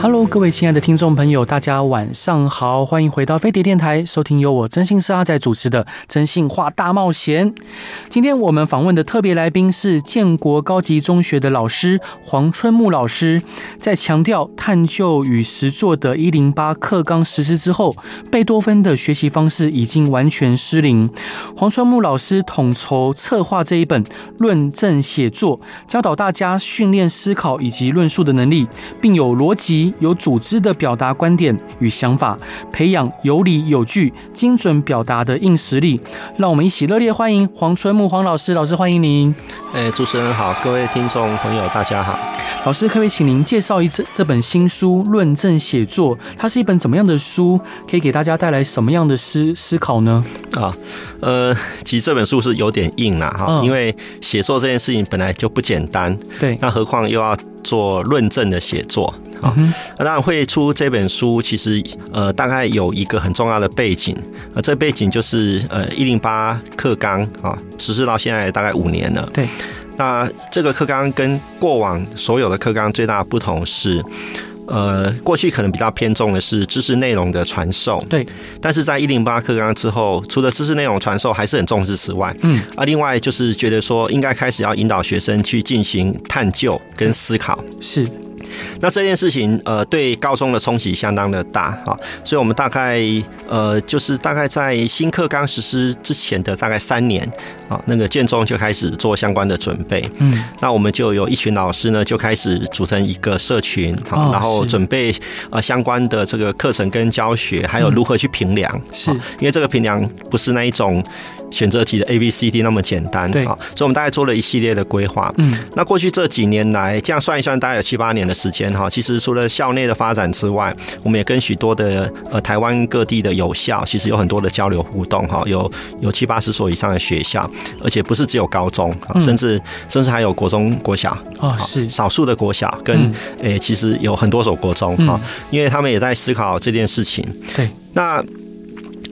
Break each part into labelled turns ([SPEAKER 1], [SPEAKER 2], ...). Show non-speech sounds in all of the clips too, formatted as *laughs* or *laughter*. [SPEAKER 1] Hello，各位亲爱的听众朋友，大家晚上好，欢迎回到飞碟电台，收听由我真心是阿仔主持的《真心话大冒险》。今天我们访问的特别来宾是建国高级中学的老师黄春木老师，在强调探究与实作的“一零八课纲”实施之后，贝多芬的学习方式已经完全失灵。黄春木老师统筹策划这一本论证写作，教导大家训练思考以及论述的能力，并有逻辑、有组织的表达观点与想法，培养有理有据、精准表达的硬实力。让我们一起热烈欢迎黄春木黄老师，老师欢迎您。
[SPEAKER 2] 哎，主持人好，各位听众朋友大家好。
[SPEAKER 1] 老师，可不可以请您介绍一这这本新书《论证写作》？它是一本怎么样的书？可以给大家带来什么样的思思考呢？
[SPEAKER 2] 啊，呃，其实这本书是有点硬啦，哈、
[SPEAKER 1] 嗯
[SPEAKER 2] 因为写作这件事情本来就不简单，
[SPEAKER 1] 对，
[SPEAKER 2] 那何况又要做论证的写作啊。
[SPEAKER 1] 嗯哼
[SPEAKER 2] 那当然会出这本书，其实呃，大概有一个很重要的背景，呃，这背景就是呃一零八课纲啊，实施到现在大概五年了。
[SPEAKER 1] 对，
[SPEAKER 2] 那这个课纲跟过往所有的课纲最大的不同是。呃，过去可能比较偏重的是知识内容的传授，
[SPEAKER 1] 对，
[SPEAKER 2] 但是在一零八课纲之后，除了知识内容传授还是很重视之外，
[SPEAKER 1] 嗯，
[SPEAKER 2] 啊，另外就是觉得说应该开始要引导学生去进行探究跟思考。
[SPEAKER 1] 是，
[SPEAKER 2] 那这件事情，呃，对高中的冲击相当的大啊、所以我们大概呃，就是大概在新课纲实施之前的大概三年啊、那个建中就开始做相关的准备。
[SPEAKER 1] 嗯，
[SPEAKER 2] 那我们就有一群老师呢，就开始组成一个社群，好、
[SPEAKER 1] 哦
[SPEAKER 2] 然后
[SPEAKER 1] 是
[SPEAKER 2] 准备呃相关的这个课程跟教学，还有如何去评量，
[SPEAKER 1] 嗯是
[SPEAKER 2] 好因为这个评量不是那一种选择题的 A B C D 那么简单，
[SPEAKER 1] 对
[SPEAKER 2] 好所以我们大概做了一系列的规划。
[SPEAKER 1] 嗯，
[SPEAKER 2] 那过去这几年来，这样算一算，大概有七八年的时间哈。其实除了校内的发展之外，我们也跟许多的呃台湾各地的有校，其实有很多的交流互动哈。有有七八十所以上的学校，而且不是只有高中，啊
[SPEAKER 1] 嗯
[SPEAKER 2] 甚至甚至还有国中、国小，
[SPEAKER 1] 哦，
[SPEAKER 2] 好
[SPEAKER 1] 是，
[SPEAKER 2] 啊少数的国小跟
[SPEAKER 1] 嗯
[SPEAKER 2] 诶、其实有很多所国中哈
[SPEAKER 1] 嗯，
[SPEAKER 2] 因为他们也在思考这件事情。
[SPEAKER 1] 对，
[SPEAKER 2] 那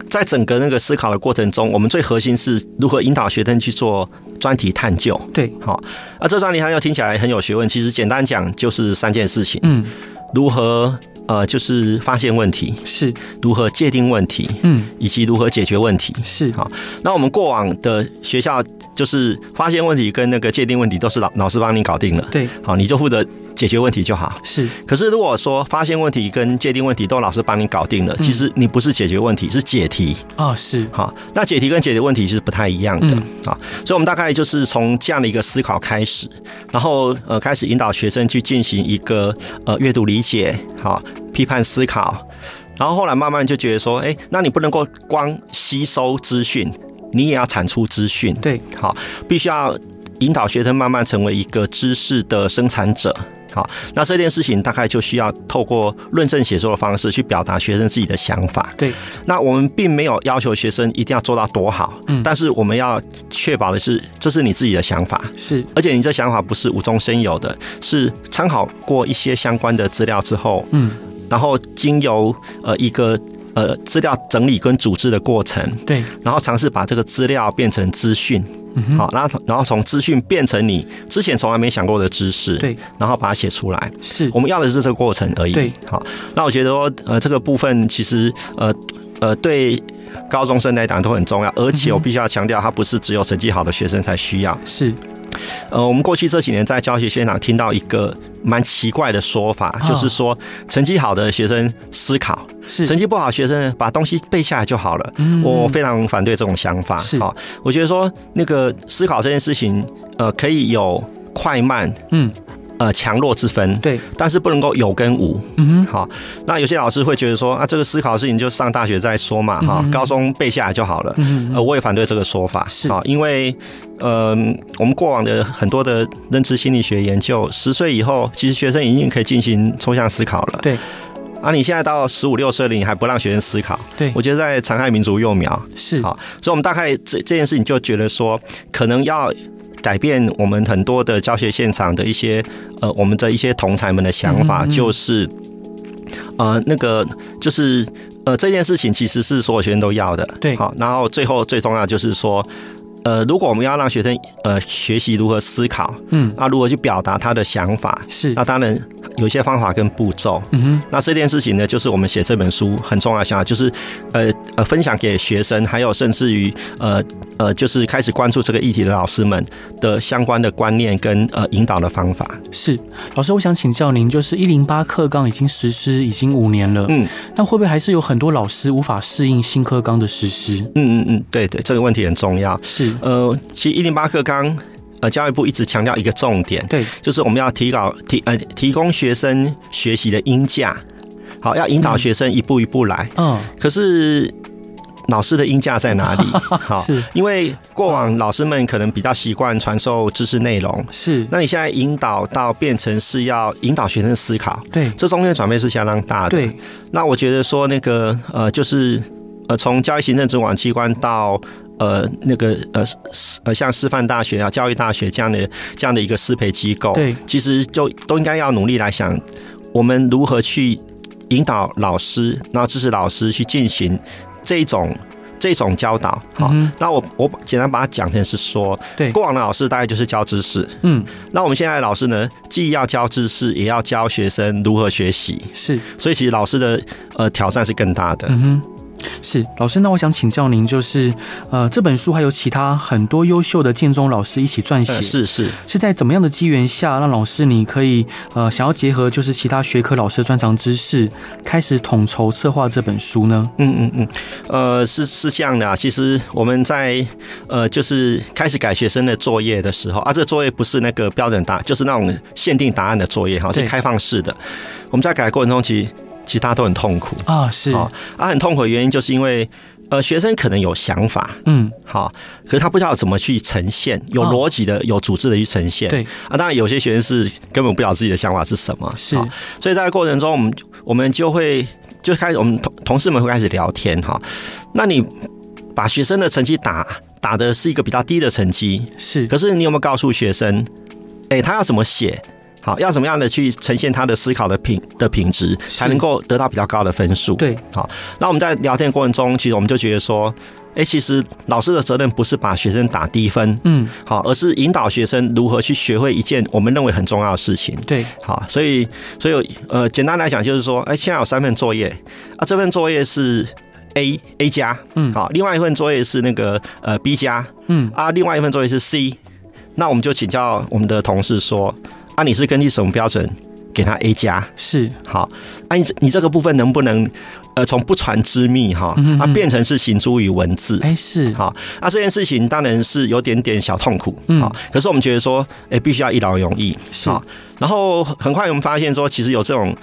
[SPEAKER 2] 在整个那个思考的过程中，我们最核心是如何引导学生去做专题探究。
[SPEAKER 1] 对，
[SPEAKER 2] 好，啊，这专题探究听起来很有学问，其实简单讲就是三件事情：
[SPEAKER 1] 嗯，
[SPEAKER 2] 如何呃，就是发现问题，
[SPEAKER 1] 是，
[SPEAKER 2] 如何界定问题，
[SPEAKER 1] 嗯，
[SPEAKER 2] 以及如何解决问题。
[SPEAKER 1] 是，
[SPEAKER 2] 好那我们过往的学校就是发现问题跟那个界定问题都是老老师帮你搞定了，
[SPEAKER 1] 对，
[SPEAKER 2] 好，你就负责解决问题就好。
[SPEAKER 1] 是，
[SPEAKER 2] 可是如果说发现问题跟界定问题都老师帮你搞定了，
[SPEAKER 1] 嗯
[SPEAKER 2] 其实你不是解决问题，是解题。
[SPEAKER 1] 哦，是，
[SPEAKER 2] 好，那解题跟解决问题是不太一样的
[SPEAKER 1] 嗯
[SPEAKER 2] 啊、所以我们大概就是从这样的一个思考开始，然后呃开始引导学生去进行一个呃阅读理解，好、批判思考，然后后来慢慢就觉得说，哎，那你不能够光吸收资讯，你也要产出资讯，
[SPEAKER 1] 对，
[SPEAKER 2] 好，必须要引导学生慢慢成为一个知识的生产者。好，那这件事情大概就需要透过论证写作的方式去表达学生自己的想法。
[SPEAKER 1] 对，
[SPEAKER 2] 那我们并没有要求学生一定要做到多好，
[SPEAKER 1] 嗯
[SPEAKER 2] 但是我们要确保的是，这是你自己的想法，
[SPEAKER 1] 是，
[SPEAKER 2] 而且你这想法不是无中生有的，是参考过一些相关的资料之后，
[SPEAKER 1] 嗯，
[SPEAKER 2] 然后经由呃一个呃资料整理跟组织的过程，
[SPEAKER 1] 对，
[SPEAKER 2] 然后尝试把这个资料变成资讯，
[SPEAKER 1] 嗯哼，
[SPEAKER 2] 好，然后从然后从资讯变成你之前从来没想过的知识，
[SPEAKER 1] 对，
[SPEAKER 2] 然后把它写出来。
[SPEAKER 1] 是
[SPEAKER 2] 我，们要的是这个过程而已。
[SPEAKER 1] 对，
[SPEAKER 2] 好，那我觉得说，呃，这个部分其实，呃，呃，对高中生来讲都很重要，而
[SPEAKER 1] 嗯
[SPEAKER 2] 且我必须要强调，它不是只有成绩好的学生才需要。
[SPEAKER 1] 是，
[SPEAKER 2] 呃，我们过去这几年在教学现场听到一个蛮奇怪的说法，
[SPEAKER 1] 哦
[SPEAKER 2] 就是说，成绩好的学生思考，
[SPEAKER 1] 是，
[SPEAKER 2] 成绩不好的学生呢把东西背下来就好了。
[SPEAKER 1] 嗯
[SPEAKER 2] 我非常反对这种想法。
[SPEAKER 1] 是
[SPEAKER 2] 好，我觉得说那个思考这件事情，呃，可以有快慢，
[SPEAKER 1] 嗯，
[SPEAKER 2] 呃，强弱之分，
[SPEAKER 1] 对，
[SPEAKER 2] 但是不能够有跟无。
[SPEAKER 1] 嗯哼，
[SPEAKER 2] 好，那有些老师会觉得说，啊，这个思考的事情就上大学再说嘛，哈、
[SPEAKER 1] 嗯
[SPEAKER 2] 高中背下来就好了。
[SPEAKER 1] 嗯
[SPEAKER 2] 呃，
[SPEAKER 1] 哼，
[SPEAKER 2] 我也反对这个说法，
[SPEAKER 1] 是
[SPEAKER 2] 啊，因为，嗯、我们过往的很多的认知心理学研究，十岁以后，其实学生已经可以进行抽象思考了。
[SPEAKER 1] 对，
[SPEAKER 2] 啊，你现在到十五六岁了，你还不让学生思考，
[SPEAKER 1] 对
[SPEAKER 2] 我觉得在残害民族幼苗。
[SPEAKER 1] 是，
[SPEAKER 2] 好，所以我们大概这这件事情就觉得说，可能要改变我们很多的教学现场的一些呃，我们的一些同才们的想法，
[SPEAKER 1] 嗯嗯嗯
[SPEAKER 2] 就是呃，那个就是呃，这件事情其实是所有学生都要的，
[SPEAKER 1] 对
[SPEAKER 2] 好，然后最后最重要就是说。呃，如果我们要让学生呃学习如何思考，
[SPEAKER 1] 嗯，
[SPEAKER 2] 那如何去表达他的想法，
[SPEAKER 1] 是
[SPEAKER 2] 那，当然有一些方法跟步骤。
[SPEAKER 1] 嗯哼，
[SPEAKER 2] 那这件事情呢，就是我们写这本书很重要的想法，就是呃呃分享给学生，还有甚至于呃呃，就是开始关注这个议题的老师们的相关的观念跟呃引导的方法。
[SPEAKER 1] 是。老师，我想请教您，就是一零八课纲已经实施已经五年了，
[SPEAKER 2] 嗯
[SPEAKER 1] 那会不会还是有很多老师无法适应新课纲的实施？
[SPEAKER 2] 嗯嗯嗯，对对，这个问题很重要。
[SPEAKER 1] 是，
[SPEAKER 2] 呃，其实一零八课纲，呃，教育部一直强调一个重点，
[SPEAKER 1] 对，
[SPEAKER 2] 就是我们要提高提呃提供学生学习的音价，好，要引导学生一步一步来。
[SPEAKER 1] 嗯，
[SPEAKER 2] 可是老师的音价在哪里？好，
[SPEAKER 1] 是
[SPEAKER 2] 因为过往老师们可能比较习惯传授知识内容，
[SPEAKER 1] 是，
[SPEAKER 2] 那你现在引导到变成是要引导学生思考，
[SPEAKER 1] 对，
[SPEAKER 2] 这中间转变是相当大的。，
[SPEAKER 1] 对，
[SPEAKER 2] 那我觉得说那个呃，就是呃，从教育行政主管机关到。呃，那个呃，师呃，像师范大学啊、教育大学这样的这样的一个师培机构，
[SPEAKER 1] 对，
[SPEAKER 2] 其实就都应该要努力来想，我们如何去引导老师，然后支持老师去进行这种这种教导。好，
[SPEAKER 1] 嗯哼
[SPEAKER 2] 那我我简单把它讲成是说，
[SPEAKER 1] 对
[SPEAKER 2] 过往的老师大概就是教知识，
[SPEAKER 1] 嗯，
[SPEAKER 2] 那我们现在的老师呢，既要教知识，也要教学生如何学习，
[SPEAKER 1] 是，
[SPEAKER 2] 所以其实老师的呃挑战是更大的。
[SPEAKER 1] 嗯哼。是老师，那我想请教您，就是呃，这本书还有其他很多优秀的建中老师一起撰写，
[SPEAKER 2] 呃是是，
[SPEAKER 1] 是在怎么样的机缘下，让老师你可以呃想要结合就是其他学科老师的专长知识，开始统筹策划这本书呢？
[SPEAKER 2] 嗯嗯嗯，呃，是是这样的啊。其实我们在呃，就是开始改学生的作业的时候啊，这个作业不是那个标准答，就是那种限定答案的作业哈，
[SPEAKER 1] 对
[SPEAKER 2] 是开放式的。我们在改的过程中，其实其实大家都很痛苦
[SPEAKER 1] 啊，是，
[SPEAKER 2] 好啊，很痛苦的原因就是因为呃，学生可能有想法，
[SPEAKER 1] 嗯，
[SPEAKER 2] 好，可是他不知道怎么去呈现，有
[SPEAKER 1] 哦
[SPEAKER 2] 逻辑的、有组织的去呈现。
[SPEAKER 1] 对，
[SPEAKER 2] 啊，当然有些学生是根本不知道自己的想法是什么。
[SPEAKER 1] 是
[SPEAKER 2] 好，所以在过程中，我们我们就会就开始，我们同同事们会开始聊天哈。那你把学生的成绩打打的是一个比较低的成绩，
[SPEAKER 1] 是，
[SPEAKER 2] 可是你有没有告诉学生，哎、他要怎么写？好，要怎么样的去呈现他的思考的品的品质，
[SPEAKER 1] 是
[SPEAKER 2] 才能够得到比较高的分数？
[SPEAKER 1] 对，
[SPEAKER 2] 好，那我们在聊天过程中，其实我们就觉得说，哎、其实老师的责任不是把学生打低分，
[SPEAKER 1] 嗯，
[SPEAKER 2] 好，而是引导学生如何去学会一件我们认为很重要的事情。
[SPEAKER 1] 对，
[SPEAKER 2] 好，所以，所以，呃，简单来讲就是说，哎、现在有三份作业，啊，这份作业是 A A 加，
[SPEAKER 1] 嗯
[SPEAKER 2] 好，另外一份作业是那个呃 B 加，
[SPEAKER 1] 嗯，
[SPEAKER 2] 啊，另外一份作业是 C，那我们就请教我们的同事说，啊，你是根据什么标准给他 A 加？
[SPEAKER 1] 是，
[SPEAKER 2] 好，啊，你这你这个部分能不能，呃，从不传之秘哈
[SPEAKER 1] 嗯嗯，
[SPEAKER 2] 啊，
[SPEAKER 1] 嗯
[SPEAKER 2] 变成是行诸于文字？
[SPEAKER 1] 哎，是，
[SPEAKER 2] 好，那、这件事情当然是有点点小痛苦，
[SPEAKER 1] 嗯
[SPEAKER 2] 好，可是我们觉得说，哎、必须要一劳永逸，
[SPEAKER 1] 是
[SPEAKER 2] 好，然后很快我们发现说，其实有这种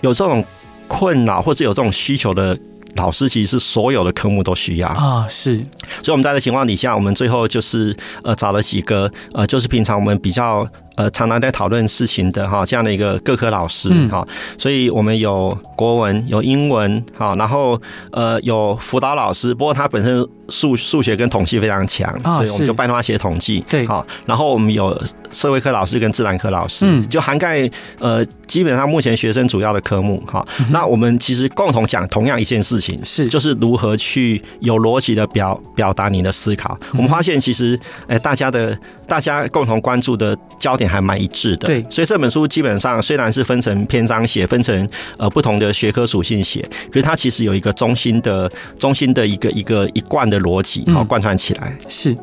[SPEAKER 2] 有这种困扰或者有这种需求的老师，其实是所有的科目都需要，
[SPEAKER 1] 啊，是，
[SPEAKER 2] 所以我们在这情况底下，我们最后就是呃找了几个呃，就是平常我们比较呃常常在讨论事情的哈这样的一个各科老师
[SPEAKER 1] 嗯
[SPEAKER 2] 哈、所以我们有国文，有英文哈，然后呃有辅导老师，不过他本身数数学跟统计非常强，
[SPEAKER 1] 啊
[SPEAKER 2] 所以我们
[SPEAKER 1] 是
[SPEAKER 2] 就拜托他写统计
[SPEAKER 1] 对
[SPEAKER 2] 好，然后我们有社会科老师跟自然科老师，
[SPEAKER 1] 嗯
[SPEAKER 2] 就涵盖呃基本上目前学生主要的科目哈、
[SPEAKER 1] 嗯
[SPEAKER 2] 那我们其实共同讲同样一件事情，
[SPEAKER 1] 是，
[SPEAKER 2] 就是如何去有逻辑的表表达你的思考。
[SPEAKER 1] 嗯
[SPEAKER 2] 我们发现其实，哎、大家的大家共同关注的焦点还蛮一致的。
[SPEAKER 1] 对
[SPEAKER 2] 所以这本书基本上虽然是分成篇章写，分成呃不同的学科属性写，可是它其实有一个中心的中心的一个一个一贯的逻辑，好
[SPEAKER 1] 嗯
[SPEAKER 2] 贯穿起来。
[SPEAKER 1] 是，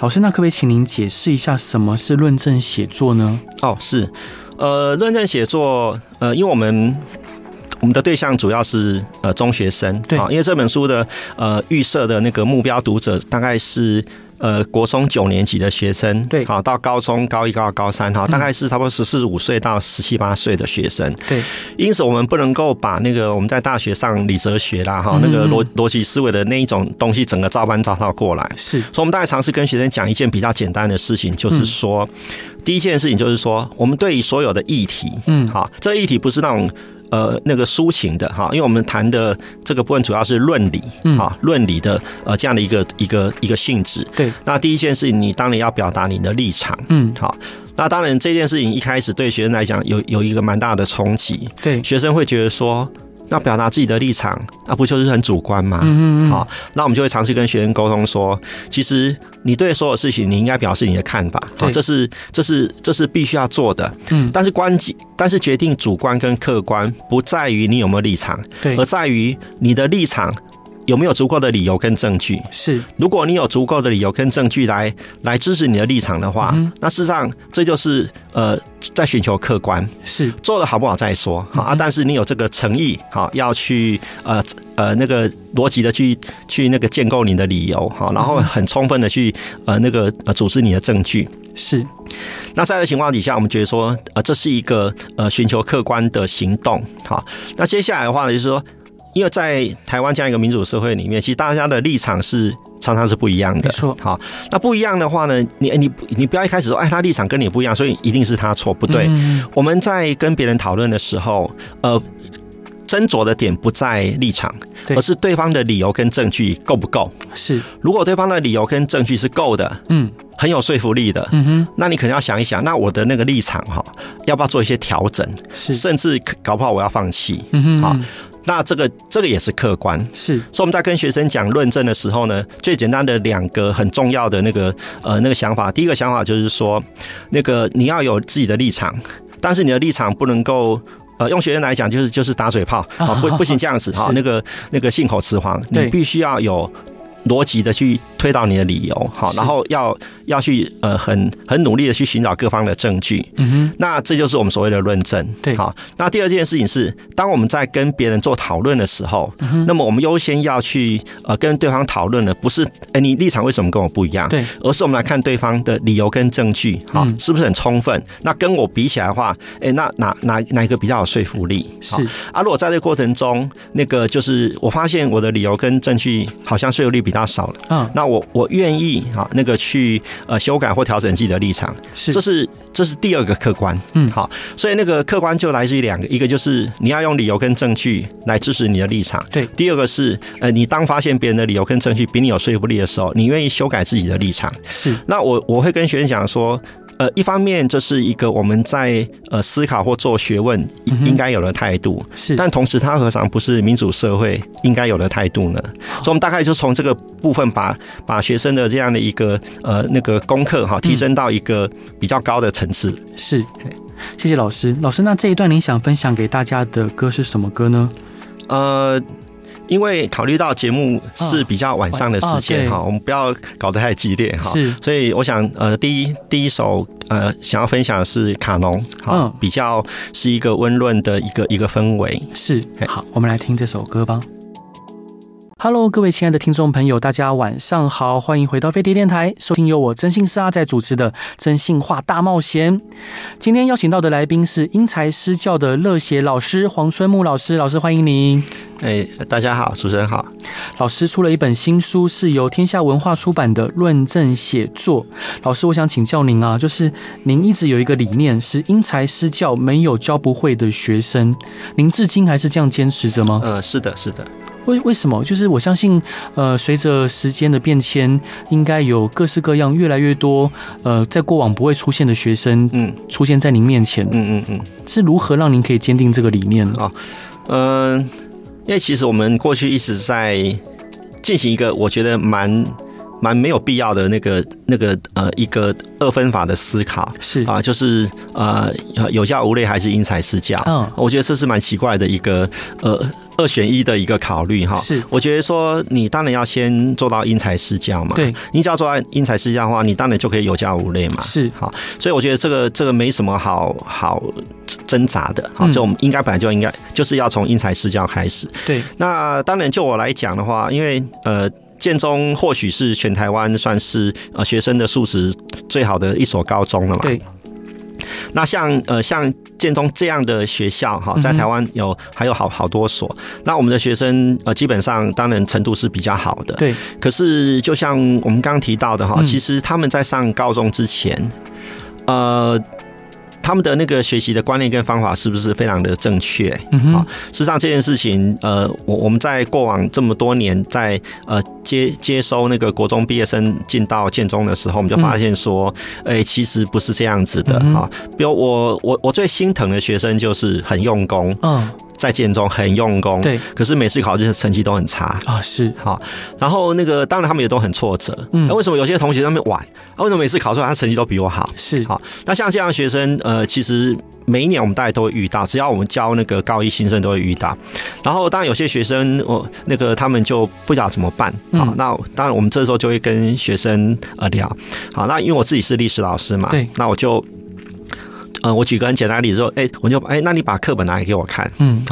[SPEAKER 1] 老师，那可不可以请您解释一下什么是论证写作呢？
[SPEAKER 2] 哦，是，呃，论证写作，呃，因为我们。我们的对象主要是呃中学生，
[SPEAKER 1] 对
[SPEAKER 2] 啊因为这本书的呃预设的那个目标读者大概是呃国中九年级的学生，
[SPEAKER 1] 对
[SPEAKER 2] 好到高中高一、高二、高三，哈，
[SPEAKER 1] 嗯
[SPEAKER 2] 大概是差不多十四五岁到十七八岁的学生，
[SPEAKER 1] 对，
[SPEAKER 2] 因此我们不能够把那个我们在大学上理哲学啦，
[SPEAKER 1] 嗯
[SPEAKER 2] 哈，那个逻逻辑思维的那一种东西整个照搬照套过来，
[SPEAKER 1] 是，嗯
[SPEAKER 2] 所以我们大概尝试跟学生讲一件比较简单的事情，就是说，第一件事情就是说，我们对于所有的议题，
[SPEAKER 1] 嗯
[SPEAKER 2] 好，这个议题不是那种呃那个抒情的哈，因为我们谈的这个部分主要是论理
[SPEAKER 1] 嗯，
[SPEAKER 2] 哈，论理的呃这样的一个一个一个性质。
[SPEAKER 1] 对，
[SPEAKER 2] 那第一件事情，你当然要表达你的立场，
[SPEAKER 1] 嗯，
[SPEAKER 2] 好。那当然，这件事情一开始对学生来讲有有一个蛮大的冲击，
[SPEAKER 1] 对，
[SPEAKER 2] 学生会觉得说，那表达自己的立场，那不就是很主观吗？
[SPEAKER 1] 嗯嗯，嗯，
[SPEAKER 2] 好，那我们就会尝试跟学生沟通说，其实你对所有事情，你应该表示你的看法，好，
[SPEAKER 1] 对
[SPEAKER 2] 这是这是这是必须要做的。
[SPEAKER 1] 嗯，
[SPEAKER 2] 但是关键，但是决定主观跟客观，不在于你有没有立场，
[SPEAKER 1] 对
[SPEAKER 2] 而，在于你的立场有没有足够的理由跟证据。
[SPEAKER 1] 是，
[SPEAKER 2] 如果你有足够的理由跟证据来来支持你的立场的话，
[SPEAKER 1] 嗯哼
[SPEAKER 2] 那事实上这就是呃在寻求客观。
[SPEAKER 1] 是，
[SPEAKER 2] 做的好不好再说
[SPEAKER 1] 嗯
[SPEAKER 2] 好啊，但是你有这个诚意，好要去呃呃那个逻辑的去去那个建构你的理由
[SPEAKER 1] 嗯
[SPEAKER 2] 好，然后很充分的去呃那个呃组织你的证据。
[SPEAKER 1] 是，
[SPEAKER 2] 那在这个情况底下，我们觉得说呃这是一个呃寻求客观的行动好。那接下来的话呢，就是说。因为在台湾这样一个民主社会里面，其实大家的立场是常常是不一样
[SPEAKER 1] 没
[SPEAKER 2] 的。
[SPEAKER 1] 错
[SPEAKER 2] 好，那不一样的话呢，你你你不要一开始说，哎，他立场跟你不一样，所以一定是他错，不对。
[SPEAKER 1] 嗯，嗯
[SPEAKER 2] 我们在跟别人讨论的时候，呃，斟酌的点不在立场，
[SPEAKER 1] 对
[SPEAKER 2] 而是对方的理由跟证据够不够。
[SPEAKER 1] 嗯是，
[SPEAKER 2] 如果对方的理由跟证据是够的，
[SPEAKER 1] 嗯
[SPEAKER 2] 很有说服力的，
[SPEAKER 1] 嗯哼，
[SPEAKER 2] 那你可能要想一想，那我的那个立场哈，要不要做一些调整，
[SPEAKER 1] 是，
[SPEAKER 2] 甚至搞不好我要放弃。
[SPEAKER 1] 嗯哼，
[SPEAKER 2] 好
[SPEAKER 1] 嗯
[SPEAKER 2] 那这个这个也是客观。
[SPEAKER 1] 是，
[SPEAKER 2] 所以我们在跟学生讲论证的时候呢，最简单的两个很重要的那个呃那个想法，第一个想法就是说，那个你要有自己的立场，但是你的立场不能够。呃，用学生来讲，就是就是打
[SPEAKER 1] *laughs*
[SPEAKER 2] 嘴炮啊，不不行这样子哈、
[SPEAKER 1] 是
[SPEAKER 2] 那个那个信口雌黄，你
[SPEAKER 1] 对
[SPEAKER 2] 必须要有逻辑的去推导你的理由，好，
[SPEAKER 1] 是
[SPEAKER 2] 然后要要去呃很很努力的去寻找各方的证据，
[SPEAKER 1] 嗯哼，
[SPEAKER 2] 那这就是我们所谓的论证。
[SPEAKER 1] 对
[SPEAKER 2] 好。那第二件事情是，当我们在跟别人做讨论的时候，
[SPEAKER 1] 嗯
[SPEAKER 2] 那么我们优先要去呃跟对方讨论的，不是哎、你立场为什么跟我不一样，
[SPEAKER 1] 对，
[SPEAKER 2] 而是我们来看对方的理由跟证据，好、
[SPEAKER 1] 嗯
[SPEAKER 2] 是不是很充分？那跟我比起来的话，哎、那哪哪哪一个比较有说服力？好
[SPEAKER 1] 是，
[SPEAKER 2] 啊，如果在这个过程中，那个就是我发现我的理由跟证据好像说服力比较少了，
[SPEAKER 1] 嗯，
[SPEAKER 2] 那我我愿意啊那个去呃修改或调整自己的立场。
[SPEAKER 1] 是
[SPEAKER 2] 这，是这是第二个客观，
[SPEAKER 1] 嗯
[SPEAKER 2] 好，所以那个客观就来自于两个，一个就是你要用理由跟证据来支持你的立场，
[SPEAKER 1] 对
[SPEAKER 2] 第二个是呃，你当发现别人的理由跟证据比你有说服力的时候，你愿意修改自己的立场。
[SPEAKER 1] 是，
[SPEAKER 2] 那我我会跟学生讲说。呃，一方面这是一个我们在呃思考或做学问
[SPEAKER 1] 嗯哼
[SPEAKER 2] 应该有的态度，
[SPEAKER 1] 是，
[SPEAKER 2] 但同时它何尝不是民主社会应该有的态度呢？所以我们大概就从这个部分把把学生的这样的一个呃那个功课
[SPEAKER 1] 嗯
[SPEAKER 2] 哈提升到一个比较高的层次。
[SPEAKER 1] 是，谢谢老师。老师，那这一段您想分享给大家的歌是什么歌呢？
[SPEAKER 2] 呃，因为考虑到节目是比较晚上的时间
[SPEAKER 1] 啊
[SPEAKER 2] 哈、
[SPEAKER 1] 对
[SPEAKER 2] 我们不要搞得太激烈哈。
[SPEAKER 1] 是，
[SPEAKER 2] 所以我想，呃，第一第一首呃想要分享的是卡农，好、
[SPEAKER 1] 嗯
[SPEAKER 2] 比较是一个温润的一个一个氛围。
[SPEAKER 1] 是
[SPEAKER 2] 嘿，
[SPEAKER 1] 好，我们来听这首歌吧。Hello，各位亲爱的听众朋友，大家晚上好，欢迎回到飞碟电台，收听由我真心是阿仔主持的《真心话大冒险》。今天邀请到的来宾是因材施教的热血老师黄春木老师，老师欢迎您。
[SPEAKER 2] 哎、大家好，主持人好。
[SPEAKER 1] 老师出了一本新书，是由天下文化出版的《论证写作》。老师，我想请教您啊，就是您一直有一个理念是因材施教，没有教不会的学生，您至今还是这样坚持着吗？
[SPEAKER 2] 呃，是的，是的，
[SPEAKER 1] 为为什么？就是我相信，呃，随着时间的变迁，应该有各式各样越来越多，呃，在过往不会出现的学生
[SPEAKER 2] 嗯
[SPEAKER 1] 出现在您面前，
[SPEAKER 2] 嗯嗯嗯。
[SPEAKER 1] 是如何让您可以坚定这个理念？
[SPEAKER 2] 嗯，因为其实我们过去一直在进行一个我觉得蛮蛮没有必要的那个那个呃一个二分法的思考
[SPEAKER 1] 是，
[SPEAKER 2] 啊，就是呃有教无类还是因材施教。
[SPEAKER 1] 嗯，
[SPEAKER 2] 我觉得这是蛮奇怪的一个呃二选一的一个考虑哈。
[SPEAKER 1] 是，
[SPEAKER 2] 我觉得说你当然要先做到因材施教嘛。
[SPEAKER 1] 对，
[SPEAKER 2] 你只要做到因材施教的话，你当然就可以有教无类嘛。
[SPEAKER 1] 是，
[SPEAKER 2] 好，所以我觉得这个这个没什么好好挣扎的，好，
[SPEAKER 1] 嗯
[SPEAKER 2] 就我们应该本来就应该就是要从因材施教开始。
[SPEAKER 1] 对，
[SPEAKER 2] 那当然就我来讲的话，因为呃。建中或许是全台湾算是呃学生的素质最好的一所高中了嘛。
[SPEAKER 1] 对，
[SPEAKER 2] 那像呃像建中这样的学校哈，在
[SPEAKER 1] 嗯哼
[SPEAKER 2] 台湾有还有好好多所。那我们的学生呃基本上当然程度是比较好的，
[SPEAKER 1] 对，
[SPEAKER 2] 可是，就像我们刚刚提到的哈，
[SPEAKER 1] 嗯
[SPEAKER 2] 其实他们在上高中之前。呃，他们的那个学习的观念跟方法是不是非常的正确？
[SPEAKER 1] 嗯
[SPEAKER 2] 好
[SPEAKER 1] 哼，
[SPEAKER 2] 事实上，这件事情，呃，我我们在过往这么多年在，呃接接收那个国中毕业生进到建中的时候，我们就发现说，哎、其实不是这样子的
[SPEAKER 1] 嗯嗯哼
[SPEAKER 2] 哈、比如我我我最心疼的学生就是很用功，
[SPEAKER 1] 嗯，
[SPEAKER 2] 在建中很用功，
[SPEAKER 1] 对
[SPEAKER 2] 可是每次考试成绩都很差。
[SPEAKER 1] 啊，是，
[SPEAKER 2] 好，然后那个当然他们也都很挫折。
[SPEAKER 1] 嗯
[SPEAKER 2] 那为什么有些同学他们晚？啊，为什么每次考出来他成绩都比我好？
[SPEAKER 1] 是，
[SPEAKER 2] 好，那像这样的学生，呃，其实每一年我们大家都会遇到，只要我们教那个高一新生都会遇到。然后当然有些学生，我、那个他们就不知道怎么办。好，
[SPEAKER 1] 嗯
[SPEAKER 2] 那当然我们这时候就会跟学生呃聊。好，那因为我自己是历史老师嘛，
[SPEAKER 1] 对
[SPEAKER 2] 那我就。呃，我举个很简单的例子，说，哎、我就，哎、那你把课本拿来给我看。
[SPEAKER 1] 嗯，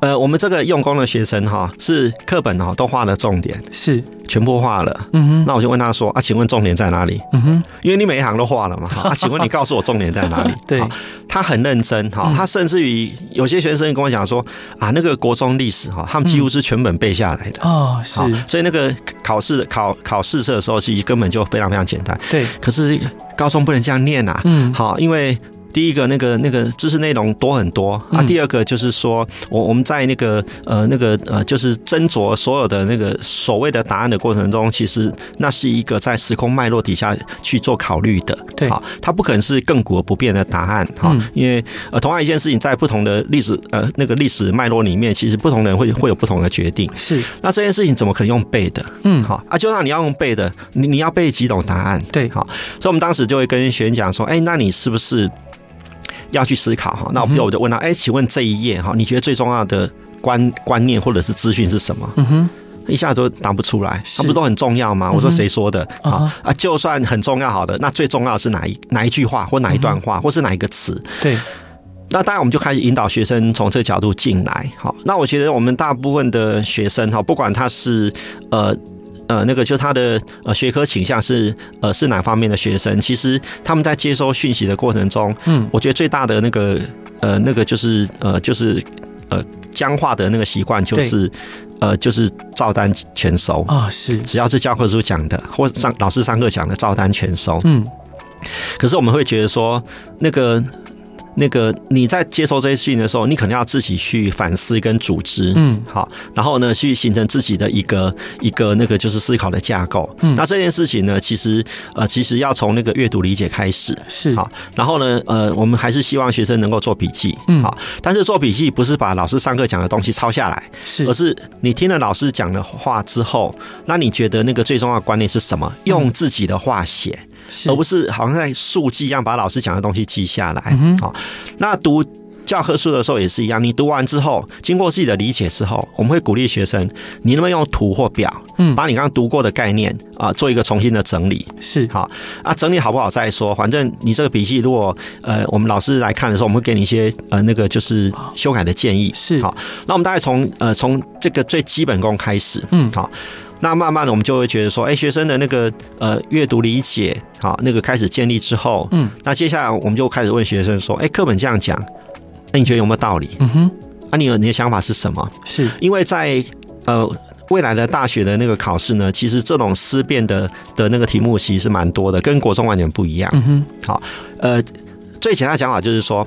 [SPEAKER 2] 呃，我们这个用功的学生哈，是课本哈都画了重点，
[SPEAKER 1] 是，
[SPEAKER 2] 全部画了。
[SPEAKER 1] 嗯哼，
[SPEAKER 2] 那我就问他说，啊，请问重点在哪里？
[SPEAKER 1] 嗯哼，？
[SPEAKER 2] 因为你每一行都画了嘛，哈、啊，请问你告诉我重点在哪里
[SPEAKER 1] 对
[SPEAKER 2] 好他很认真哈
[SPEAKER 1] 嗯，
[SPEAKER 2] 他甚至于有些学生跟我讲说啊，那个国中历史哈，他们几乎是全本背下来的。
[SPEAKER 1] 啊，是
[SPEAKER 2] 好，所以那个考试考考试的时候，其实根本就非常非常简单。
[SPEAKER 1] 对，
[SPEAKER 2] 可是高中不能这样念啊，
[SPEAKER 1] 嗯，
[SPEAKER 2] 好，因为第一个那个那个知识内容多很多啊，
[SPEAKER 1] 嗯
[SPEAKER 2] 第二个就是说我我们在那个呃那个呃就是斟酌所有的那个所谓的答案的过程中，其实那是一个在时空脉络底下去做考虑的，
[SPEAKER 1] 对
[SPEAKER 2] 好，它不可能是亘古不变的答案哈，
[SPEAKER 1] 嗯
[SPEAKER 2] 因为呃同样一件事情在不同的历史呃那个历史脉络里面，其实不同的人会会有不同的决定，
[SPEAKER 1] 是，
[SPEAKER 2] 那这件事情怎么可能用背的？
[SPEAKER 1] 嗯，
[SPEAKER 2] 好啊，就让你要用背的，你你要背几种答案，
[SPEAKER 1] 对，
[SPEAKER 2] 好，所以我们当时就会跟学员讲说，哎、那你是不是要去思考哈？那我
[SPEAKER 1] 嗯哼
[SPEAKER 2] 们就我就问他，哎、请问这一页哈，你觉得最重要的观观念或者是资讯是什么？
[SPEAKER 1] 嗯哼，
[SPEAKER 2] 一下子都答不出来，啊
[SPEAKER 1] 是嗯
[SPEAKER 2] 他不都很重要吗？
[SPEAKER 1] 哼
[SPEAKER 2] 我说谁说的？
[SPEAKER 1] 啊
[SPEAKER 2] 好
[SPEAKER 1] 哈
[SPEAKER 2] 啊，就算很重要好的，那最重要的是哪一哪一句话或哪一段
[SPEAKER 1] 嗯
[SPEAKER 2] 话，或是哪一个词？
[SPEAKER 1] 对，
[SPEAKER 2] 那当然，我们就开始引导学生从这个角度进来。好，那我觉得我们大部分的学生哈，不管他是呃。呃，那个就是他的呃学科倾向是呃是哪方面的学生？其实他们在接收讯息的过程中，
[SPEAKER 1] 嗯，
[SPEAKER 2] 我觉得最大的那个呃那个就是呃就是呃僵化的那个习惯就是呃就是照单全收，
[SPEAKER 1] 啊，是，
[SPEAKER 2] 只要是教科书讲的或上老师上课讲的照单全收。
[SPEAKER 1] 嗯，
[SPEAKER 2] 可是我们会觉得说，那个那个你在接收这些讯息的时候，你可能要自己去反思跟组织。
[SPEAKER 1] 嗯，
[SPEAKER 2] 好，然后呢，去形成自己的一个一个那个就是思考的架构。
[SPEAKER 1] 嗯
[SPEAKER 2] 那这件事情呢，其实呃，其实要从那个阅读理解开始。
[SPEAKER 1] 是，
[SPEAKER 2] 好，然后呢，呃，我们还是希望学生能够做笔记。
[SPEAKER 1] 嗯
[SPEAKER 2] 好，但是做笔记不是把老师上课讲的东西抄下来，
[SPEAKER 1] 是
[SPEAKER 2] 而，是你听了老师讲的话之后，那你觉得那个最重要的观念
[SPEAKER 1] 嗯
[SPEAKER 2] 是什么？用自己的话写。
[SPEAKER 1] 是
[SPEAKER 2] 而，呃不是好像在速记一样把老师讲的东西记下来。
[SPEAKER 1] 嗯哼
[SPEAKER 2] 好、那读教科书的时候也是一样，你读完之后，经过自己的理解之后，我们会鼓励学生，你能不能用图或表，
[SPEAKER 1] 嗯
[SPEAKER 2] 把你刚刚读过的概念啊、做一个重新的整理。
[SPEAKER 1] 是，
[SPEAKER 2] 好啊，整理好不好再说，反正你这个笔记如果呃我们老师来看的时候，我们会给你一些呃那个就是修改的建议。
[SPEAKER 1] 是
[SPEAKER 2] 好，那我们大概从呃从这个最基本功开始，
[SPEAKER 1] 嗯
[SPEAKER 2] 好。那慢慢的，我们就会觉得说，哎、学生的那个呃阅读理解，好，那个开始建立之后，
[SPEAKER 1] 嗯，
[SPEAKER 2] 那接下来我们就开始问学生说，哎、课本这样讲，那、你觉得有没有道理？
[SPEAKER 1] 嗯哼，
[SPEAKER 2] 啊，你有你的想法是什么？
[SPEAKER 1] 是，
[SPEAKER 2] 因为在呃未来的大学的那个考试呢，其实这种思辨的的那个题目其实是蛮多的，跟国中完全不一样。
[SPEAKER 1] 嗯哼，
[SPEAKER 2] 呃，最简单的讲法就是说。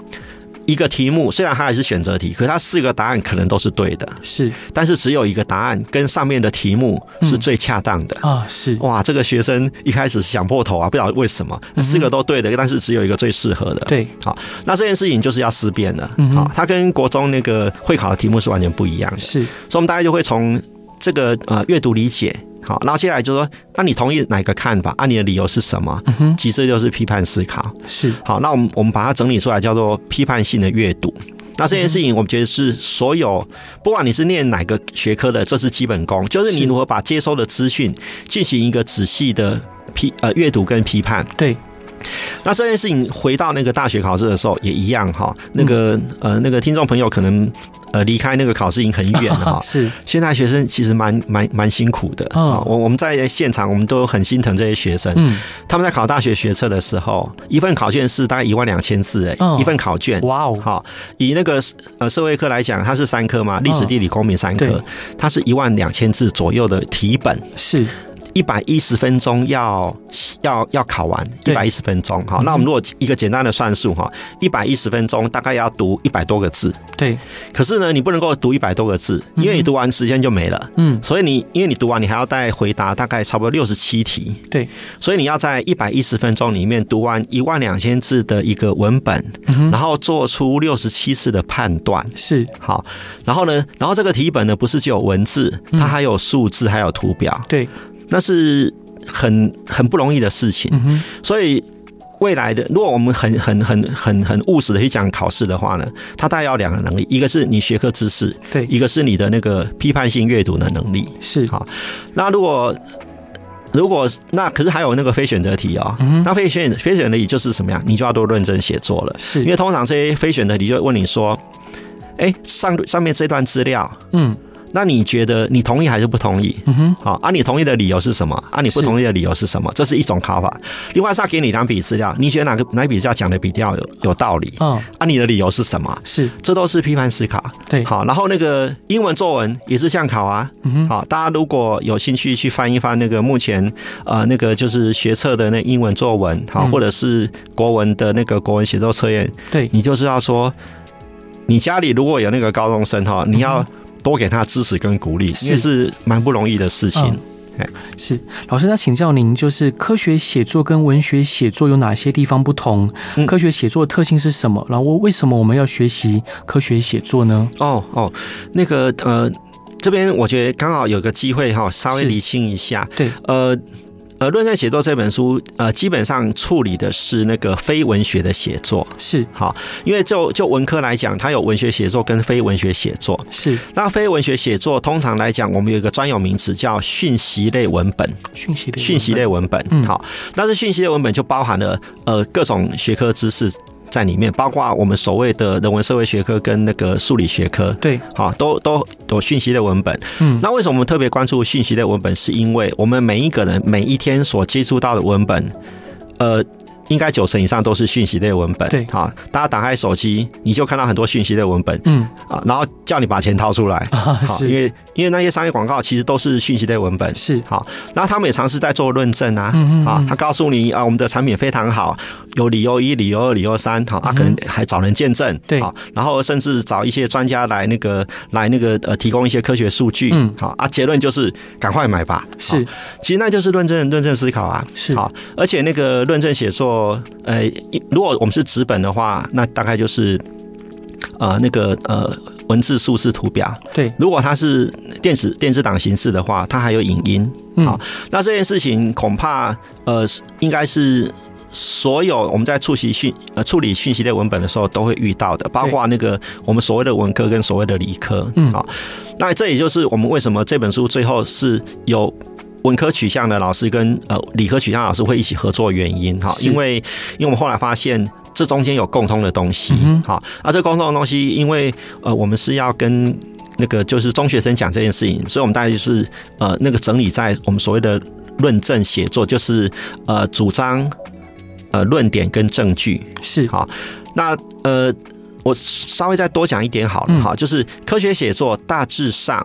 [SPEAKER 2] 一个题目虽然它还是选择题，可是它四个答案可能都是对的，
[SPEAKER 1] 是，
[SPEAKER 2] 但是只有一个答案跟上面的题目
[SPEAKER 1] 嗯
[SPEAKER 2] 是最恰当的。
[SPEAKER 1] 啊，是，
[SPEAKER 2] 哇，这个学生一开始想破头啊，不知道为什么四个都对的，但是只有一个最适合的。
[SPEAKER 1] 嗯对，
[SPEAKER 2] 那这件事情就是要思辨了
[SPEAKER 1] 嗯。哼
[SPEAKER 2] 好，它跟国中那个会考的题目是完全不一样的。
[SPEAKER 1] 是，
[SPEAKER 2] 所以我们大概就会从这个呃阅读理解，好，然后接下来就说，那、你同意哪个看法？啊，你的理由是什么？
[SPEAKER 1] 嗯哼，
[SPEAKER 2] 其次就是批判思考。
[SPEAKER 1] 是，
[SPEAKER 2] 好，那我们我们把它整理出来叫做批判性的阅读。那这件事情，我们觉得是所有，不管你是念哪个学科的，这是基本功，就是你
[SPEAKER 1] 是
[SPEAKER 2] 如何把接收的资讯进行一个仔细的批呃阅读跟批判。
[SPEAKER 1] 对，，
[SPEAKER 2] 那这件事情回到那个大学考试的时候也一样哈，那个、呃那个听众朋友可能呃离开那个考试已经很远了
[SPEAKER 1] *laughs*
[SPEAKER 2] 哈
[SPEAKER 1] 是，
[SPEAKER 2] 现在学生其实蛮蛮蛮辛苦的
[SPEAKER 1] 嗯
[SPEAKER 2] 啊！我我们在现场，我们都很心疼这些学生。 *laughs*
[SPEAKER 1] 嗯，
[SPEAKER 2] 他们在考大学学测的时候，一份考卷是大概一万两千字，哎、
[SPEAKER 1] 嗯
[SPEAKER 2] 一份考卷。
[SPEAKER 1] 哇哦，
[SPEAKER 2] 好，以那个呃社会课来讲，它是三科嘛，历史、地理、公民三科，
[SPEAKER 1] 对
[SPEAKER 2] 它是一万两千字左右的题本。
[SPEAKER 1] 是，
[SPEAKER 2] 一百一十分钟要要要考完一
[SPEAKER 1] 对嗯
[SPEAKER 2] 百一十分钟哈。那我们如果一个简单的算术哈，一百一十分钟大概要读一百多个字，
[SPEAKER 1] 对，
[SPEAKER 2] 可是呢，你不能够读一百多个字，因为你读完时间就没了。
[SPEAKER 1] 嗯，
[SPEAKER 2] 所以你，因为你读完，你还要再回答大概差不多六十七题，
[SPEAKER 1] 对，
[SPEAKER 2] 所以你要在一百一十分钟里面读完一万两千字的一个文本，
[SPEAKER 1] 嗯
[SPEAKER 2] 然后做出六十七次的判断。
[SPEAKER 1] 是，
[SPEAKER 2] 好，然后呢，然后这个题本呢，不是只有文字，
[SPEAKER 1] 嗯
[SPEAKER 2] 它还有数字，还有图表，
[SPEAKER 1] 对，
[SPEAKER 2] 那是很很不容易的事情。
[SPEAKER 1] 嗯哼，
[SPEAKER 2] 所以未来的，如果我们很很很很很务实的去讲考试的话呢，它大概要两个能力，一个是你学科知识，
[SPEAKER 1] 对，
[SPEAKER 2] 一个是你的那个批判性阅读的能力。
[SPEAKER 1] 是，
[SPEAKER 2] 好那如果如果那可是还有那个非选择题哦，
[SPEAKER 1] 嗯
[SPEAKER 2] 那非选非选择题就是什么呀？你就要多认真写作了，
[SPEAKER 1] 是
[SPEAKER 2] 因，为通常这些非选择题就会问你说，哎，上上面这段资料，
[SPEAKER 1] 嗯
[SPEAKER 2] 那你觉得你同意还是不同意？
[SPEAKER 1] 嗯哼，
[SPEAKER 2] 好，啊，你同意的理由是什么？啊，你不
[SPEAKER 1] 是
[SPEAKER 2] 同意的理由是什么？这是一种考法。另外是要给你两笔资料，你觉得哪个哪一笔资料讲的比较有有道理？
[SPEAKER 1] 哦，
[SPEAKER 2] 啊，你的理由是什么？
[SPEAKER 1] 是，
[SPEAKER 2] 这都是批判思考。
[SPEAKER 1] 对，
[SPEAKER 2] 好，然后那个英文作文也是这样考啊。
[SPEAKER 1] 嗯
[SPEAKER 2] 好，大家如果有兴趣去翻一翻那个目前呃那个就是学测的那英文作文，好，
[SPEAKER 1] 嗯
[SPEAKER 2] 或者是国文的那个国文写作测验，
[SPEAKER 1] 对，
[SPEAKER 2] 你就知道说，你家里如果有那个高中生哈，你要多给他支持跟鼓励，
[SPEAKER 1] 嗯是
[SPEAKER 2] 因为是蛮不容易的事情
[SPEAKER 1] 嗯。
[SPEAKER 2] 哎
[SPEAKER 1] 是老师，那请教您，就是科学写作跟文学写作有哪些地方不同？
[SPEAKER 2] 嗯
[SPEAKER 1] 科学写作的特性是什么？然后为什么我们要学习科学写作呢？
[SPEAKER 2] 哦哦，那个呃，这边我觉得刚好有个机会哈，稍微
[SPEAKER 1] 是
[SPEAKER 2] 理清一下。
[SPEAKER 1] 对，
[SPEAKER 2] 呃呃，《论证写作》这本书，呃，基本上处理的是那个非文学的写作。
[SPEAKER 1] 是
[SPEAKER 2] 好，因为就就文科来讲，它有文学写作跟非文学写作。
[SPEAKER 1] 是
[SPEAKER 2] 那非文学写作通常来讲，我们有一个专有名词叫讯息类文本。
[SPEAKER 1] 讯息类文
[SPEAKER 2] 讯息类文本，
[SPEAKER 1] 嗯
[SPEAKER 2] 好，但是讯息类文本就包含了呃各种学科知识在里面，包括我们所谓的人文社会学科跟那个数理学科，
[SPEAKER 1] 对，
[SPEAKER 2] 好，都都有讯息类文本。
[SPEAKER 1] 嗯，
[SPEAKER 2] 那为什么我们特别关注讯息类文本？是因为我们每一个人每一天所接触到的文本，呃。应该九成以上都是讯息类文本，
[SPEAKER 1] 对
[SPEAKER 2] 好，大家打开手机，你就看到很多讯息类文本
[SPEAKER 1] 嗯
[SPEAKER 2] 啊，然后叫你把钱掏出来，
[SPEAKER 1] 啊
[SPEAKER 2] 好，因
[SPEAKER 1] *laughs* 是
[SPEAKER 2] 为因为那些商业广告其实都是讯息类文本，
[SPEAKER 1] 是
[SPEAKER 2] 好，那他们也尝试在做论证啊，
[SPEAKER 1] 嗯嗯
[SPEAKER 2] 啊
[SPEAKER 1] 嗯，
[SPEAKER 2] 他告诉你啊，我们的产品非常好，有理由一、理由二、理由三，好，啊，可能还找人见证，
[SPEAKER 1] 嗯对
[SPEAKER 2] 好，然后甚至找一些专家来那个来那个呃提供一些科学数据，
[SPEAKER 1] 嗯
[SPEAKER 2] 好啊，结论就是赶快买吧，好
[SPEAKER 1] 是，
[SPEAKER 2] 其实那就是论证论证思考啊，
[SPEAKER 1] 是
[SPEAKER 2] 好，而且那个论证写作，呃，一如果我们是纸本的话，那大概就是呃那个呃文字、数字、图表，
[SPEAKER 1] 对，
[SPEAKER 2] 如果它是电子电子档形式的话，它还有影音。
[SPEAKER 1] 嗯
[SPEAKER 2] 好，那这件事情恐怕呃，应该是所有我们在处理讯呃处理讯息类文本的时候都会遇到的，包括那个我们所谓的文科跟所谓的理科。
[SPEAKER 1] 嗯
[SPEAKER 2] 好，那这也就是我们为什么这本书最后是有。文科取向的老师跟呃理科取向的老师会一起合作，原因哈，
[SPEAKER 1] 是
[SPEAKER 2] 因为因为我们后来发现这中间有共通的东西
[SPEAKER 1] 嗯哼，
[SPEAKER 2] 好、啊，这共通的东西，因为呃，我们是要跟那个就是中学生讲这件事情，所以我们大概就是呃那个整理在我们所谓的论证写作，就是呃主张、呃论点跟证据。
[SPEAKER 1] 是
[SPEAKER 2] 好那呃，我稍微再多讲一点好了
[SPEAKER 1] 嗯
[SPEAKER 2] 哈，就是科学写作大致上。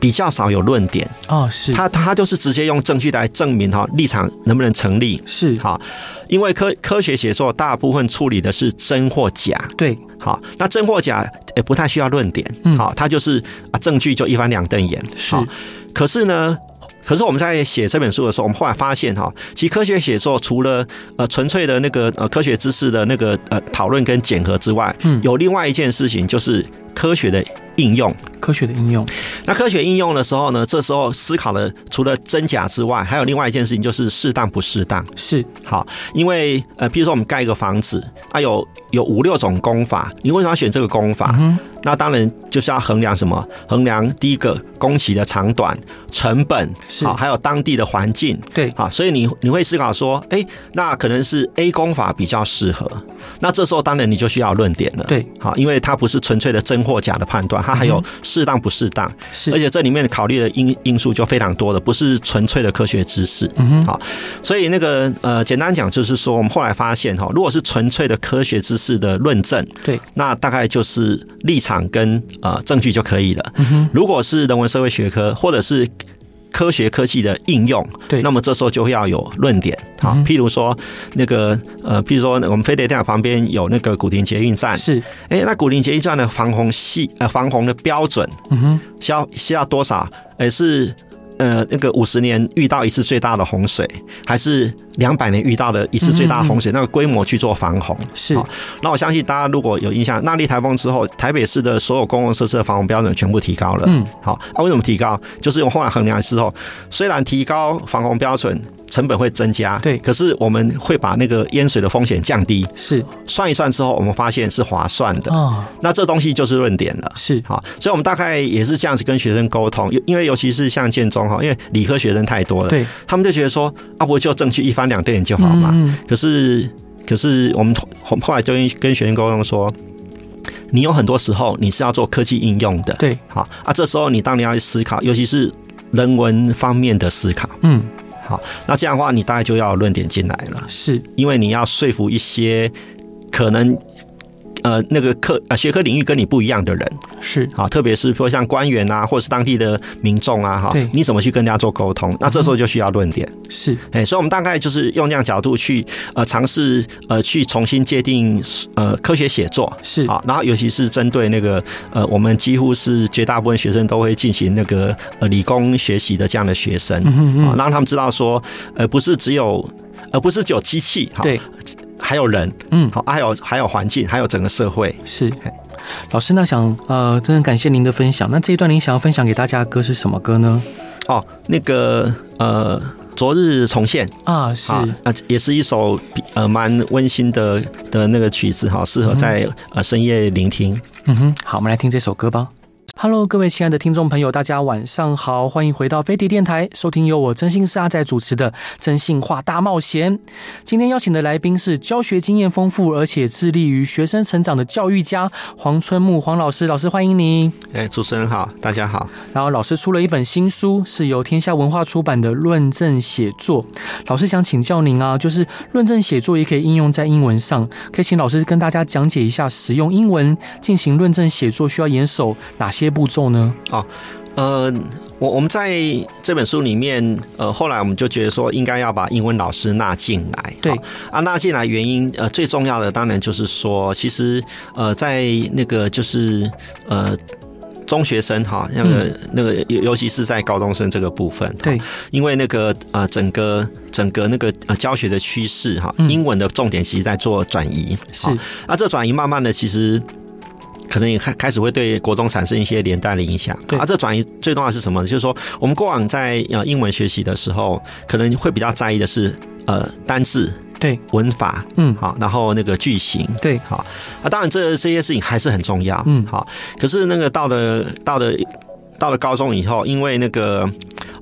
[SPEAKER 2] 比较少有论点，
[SPEAKER 1] 哦是
[SPEAKER 2] 它它就是直接用证据来证明哈立场能不能成立。
[SPEAKER 1] 是
[SPEAKER 2] 好，因为科科学写作大部分处理的是真或假，
[SPEAKER 1] 对
[SPEAKER 2] 好，那真或假也不太需要论点
[SPEAKER 1] 嗯，
[SPEAKER 2] 好，它就是啊证据就一翻两瞪眼，
[SPEAKER 1] 是
[SPEAKER 2] 好可是呢。可是我们在写这本书的时候，我们后来发现哈，其实科学写作除了呃纯粹的那个呃科学知识的那个呃讨论跟检核之外，
[SPEAKER 1] 嗯
[SPEAKER 2] 有另外一件事情就是科学的应用。
[SPEAKER 1] 科学的应用
[SPEAKER 2] 那科学应用的时候呢，这时候思考的除了真假之外，还有另外一件事情就是适当不适当。
[SPEAKER 1] 是
[SPEAKER 2] 好，因为呃，比如说我们盖一个房子，啊有有五六种工法，你为什么要选这个工法？
[SPEAKER 1] 嗯
[SPEAKER 2] 那当然就是要衡量什么？衡量第一个工期的长短、成本，
[SPEAKER 1] 是
[SPEAKER 2] 好，还有当地的环境。
[SPEAKER 1] 对
[SPEAKER 2] 好，所以你你会思考说，哎、那可能是 A 工法比较适合。那这时候当然你就需要论点了。
[SPEAKER 1] 对，嗯
[SPEAKER 2] 好，因为它不是纯粹的真或假的判断，它还有适当不适当，
[SPEAKER 1] 是
[SPEAKER 2] 而且这里面考虑的因因素就非常多了，不是纯粹的科学知识。
[SPEAKER 1] 嗯哼
[SPEAKER 2] 好，所以那个呃，简单讲就是说，我们后来发现哈，如果是纯粹的科学知识的论证，
[SPEAKER 1] 对
[SPEAKER 2] 那大概就是立场跟呃证据就可以了。
[SPEAKER 1] 嗯哼
[SPEAKER 2] 如果是人文社会学科或者是。科学科技的应用，
[SPEAKER 1] 对
[SPEAKER 2] 那么这时候就要有论点，好
[SPEAKER 1] 嗯，哼
[SPEAKER 2] 譬如说那个呃，譬如说我们飞碟电台旁边有那个古亭捷运站，
[SPEAKER 1] 是，
[SPEAKER 2] 哎，那古亭捷运站的防洪系呃防洪的标准
[SPEAKER 1] 嗯哼，
[SPEAKER 2] 需要需要多少？呃是。呃，那个五十年遇到一次最大的洪水，还是两百年遇到的一次最大的
[SPEAKER 1] 嗯
[SPEAKER 2] 洪水，那个规模去做防洪。
[SPEAKER 1] 是，
[SPEAKER 2] 好那我相信大家如果有印象，那莉台风之后，台北市的所有公共设施的防洪标准全部提高了。
[SPEAKER 1] 嗯，
[SPEAKER 2] 好，啊，为什么提高？就是用后来衡量之后，虽然提高防洪标准成本会增加，
[SPEAKER 1] 对
[SPEAKER 2] 可是我们会把那个淹水的风险降低。
[SPEAKER 1] 是
[SPEAKER 2] 算一算之后，我们发现是划算的。
[SPEAKER 1] 啊，
[SPEAKER 2] 那这东西就是论点了。
[SPEAKER 1] 是，
[SPEAKER 2] 好，所以我们大概也是这样子跟学生沟通，因因为尤其是像建中哈，因为理科学生太多了，
[SPEAKER 1] 对，
[SPEAKER 2] 他们就觉得说啊，不就证据一翻两瞪眼就好嘛。
[SPEAKER 1] 嗯，嗯
[SPEAKER 2] 可是，可是我们后后来就跟跟学生沟通说，你有很多时候你是要做科技应用的，
[SPEAKER 1] 对，
[SPEAKER 2] 好啊，这时候你当然要去思考，尤其是人文方面的思考。
[SPEAKER 1] 嗯，
[SPEAKER 2] 那这样的话，你大概就要有论点进来了，
[SPEAKER 1] 是，
[SPEAKER 2] 因为你要说服一些可能。呃，那个科呃学科领域跟你不一样的人，
[SPEAKER 1] 是，
[SPEAKER 2] 好，啊特别是说像官员啊，或者是当地的民众啊，哈
[SPEAKER 1] 对，嗯
[SPEAKER 2] 你怎么去跟人家做沟通？那这时候就需要论点。
[SPEAKER 1] 是，
[SPEAKER 2] 哎、所以我们大概就是用那样角度去呃尝试呃去重新界定呃科学写作。
[SPEAKER 1] 是，
[SPEAKER 2] 好，然后尤其是针对那个呃，我们几乎是绝大部分学生都会进行那个呃理工学习的这样的学生，
[SPEAKER 1] 嗯哼
[SPEAKER 2] 啊、
[SPEAKER 1] 嗯，
[SPEAKER 2] 让他们知道说，呃，不是只有，呃，不是只有机器，好，
[SPEAKER 1] 对，
[SPEAKER 2] 还有人，
[SPEAKER 1] 嗯，
[SPEAKER 2] 好，还有还有环境，还有整个社会。
[SPEAKER 1] 是
[SPEAKER 2] 嘿。
[SPEAKER 1] 老师，那想呃，真的感谢您的分享。那这一段您想要分享给大家的歌是什么歌呢？
[SPEAKER 2] 哦，那个呃，昨日重现，
[SPEAKER 1] 啊，是
[SPEAKER 2] 啊，那也是一首比呃蛮温馨的的那个曲子哈，适合在、呃深夜聆听。
[SPEAKER 1] 嗯哼，好，我们来听这首歌吧。Hello，各位亲爱的听众朋友，大家晚上好，欢迎回到飞碟电台，收听由我真心是阿仔主持的《真心话大冒险》。今天邀请的来宾是教学经验丰富，而且致力于学生成长的教育家黄春木黄老师，老师欢迎您。
[SPEAKER 2] 哎、主持人好，大家好。
[SPEAKER 1] 然后老师出了一本新书，是由天下文化出版的《论证写作》。老师想请教您啊，就是论证写作也可以应用在英文上，可以请老师跟大家讲解一下使用英文进行论证写作需要严守哪些步骤呢？
[SPEAKER 2] 呃，我我们在这本书里面，呃，后来我们就觉得说应该要把英文老师纳进来。
[SPEAKER 1] 对
[SPEAKER 2] 好啊，纳进来原因，呃，最重要的当然就是说，其实呃，在那个就是呃。中学生哈，那个、那个，尤尤其是在高中生这个部分，
[SPEAKER 1] 对，
[SPEAKER 2] 因为那个呃，整个整个那个呃教学的趋势哈，
[SPEAKER 1] 嗯
[SPEAKER 2] 英文的重点其实在做转移，
[SPEAKER 1] 是
[SPEAKER 2] 好，那这转移慢慢的其实。可能也开开始会对国中产生一些连带的影响。
[SPEAKER 1] 对
[SPEAKER 2] 啊，这转移最重要的是什么呢？就是说，我们过往在呃英文学习的时候，可能会比较在意的是呃单字、
[SPEAKER 1] 对，
[SPEAKER 2] 文法，
[SPEAKER 1] 嗯，
[SPEAKER 2] 好，然后那个句型，
[SPEAKER 1] 对，
[SPEAKER 2] 好啊，当然这这些事情还是很重要，
[SPEAKER 1] 嗯
[SPEAKER 2] 好。可是那个到了到了到了高中以后，因为那个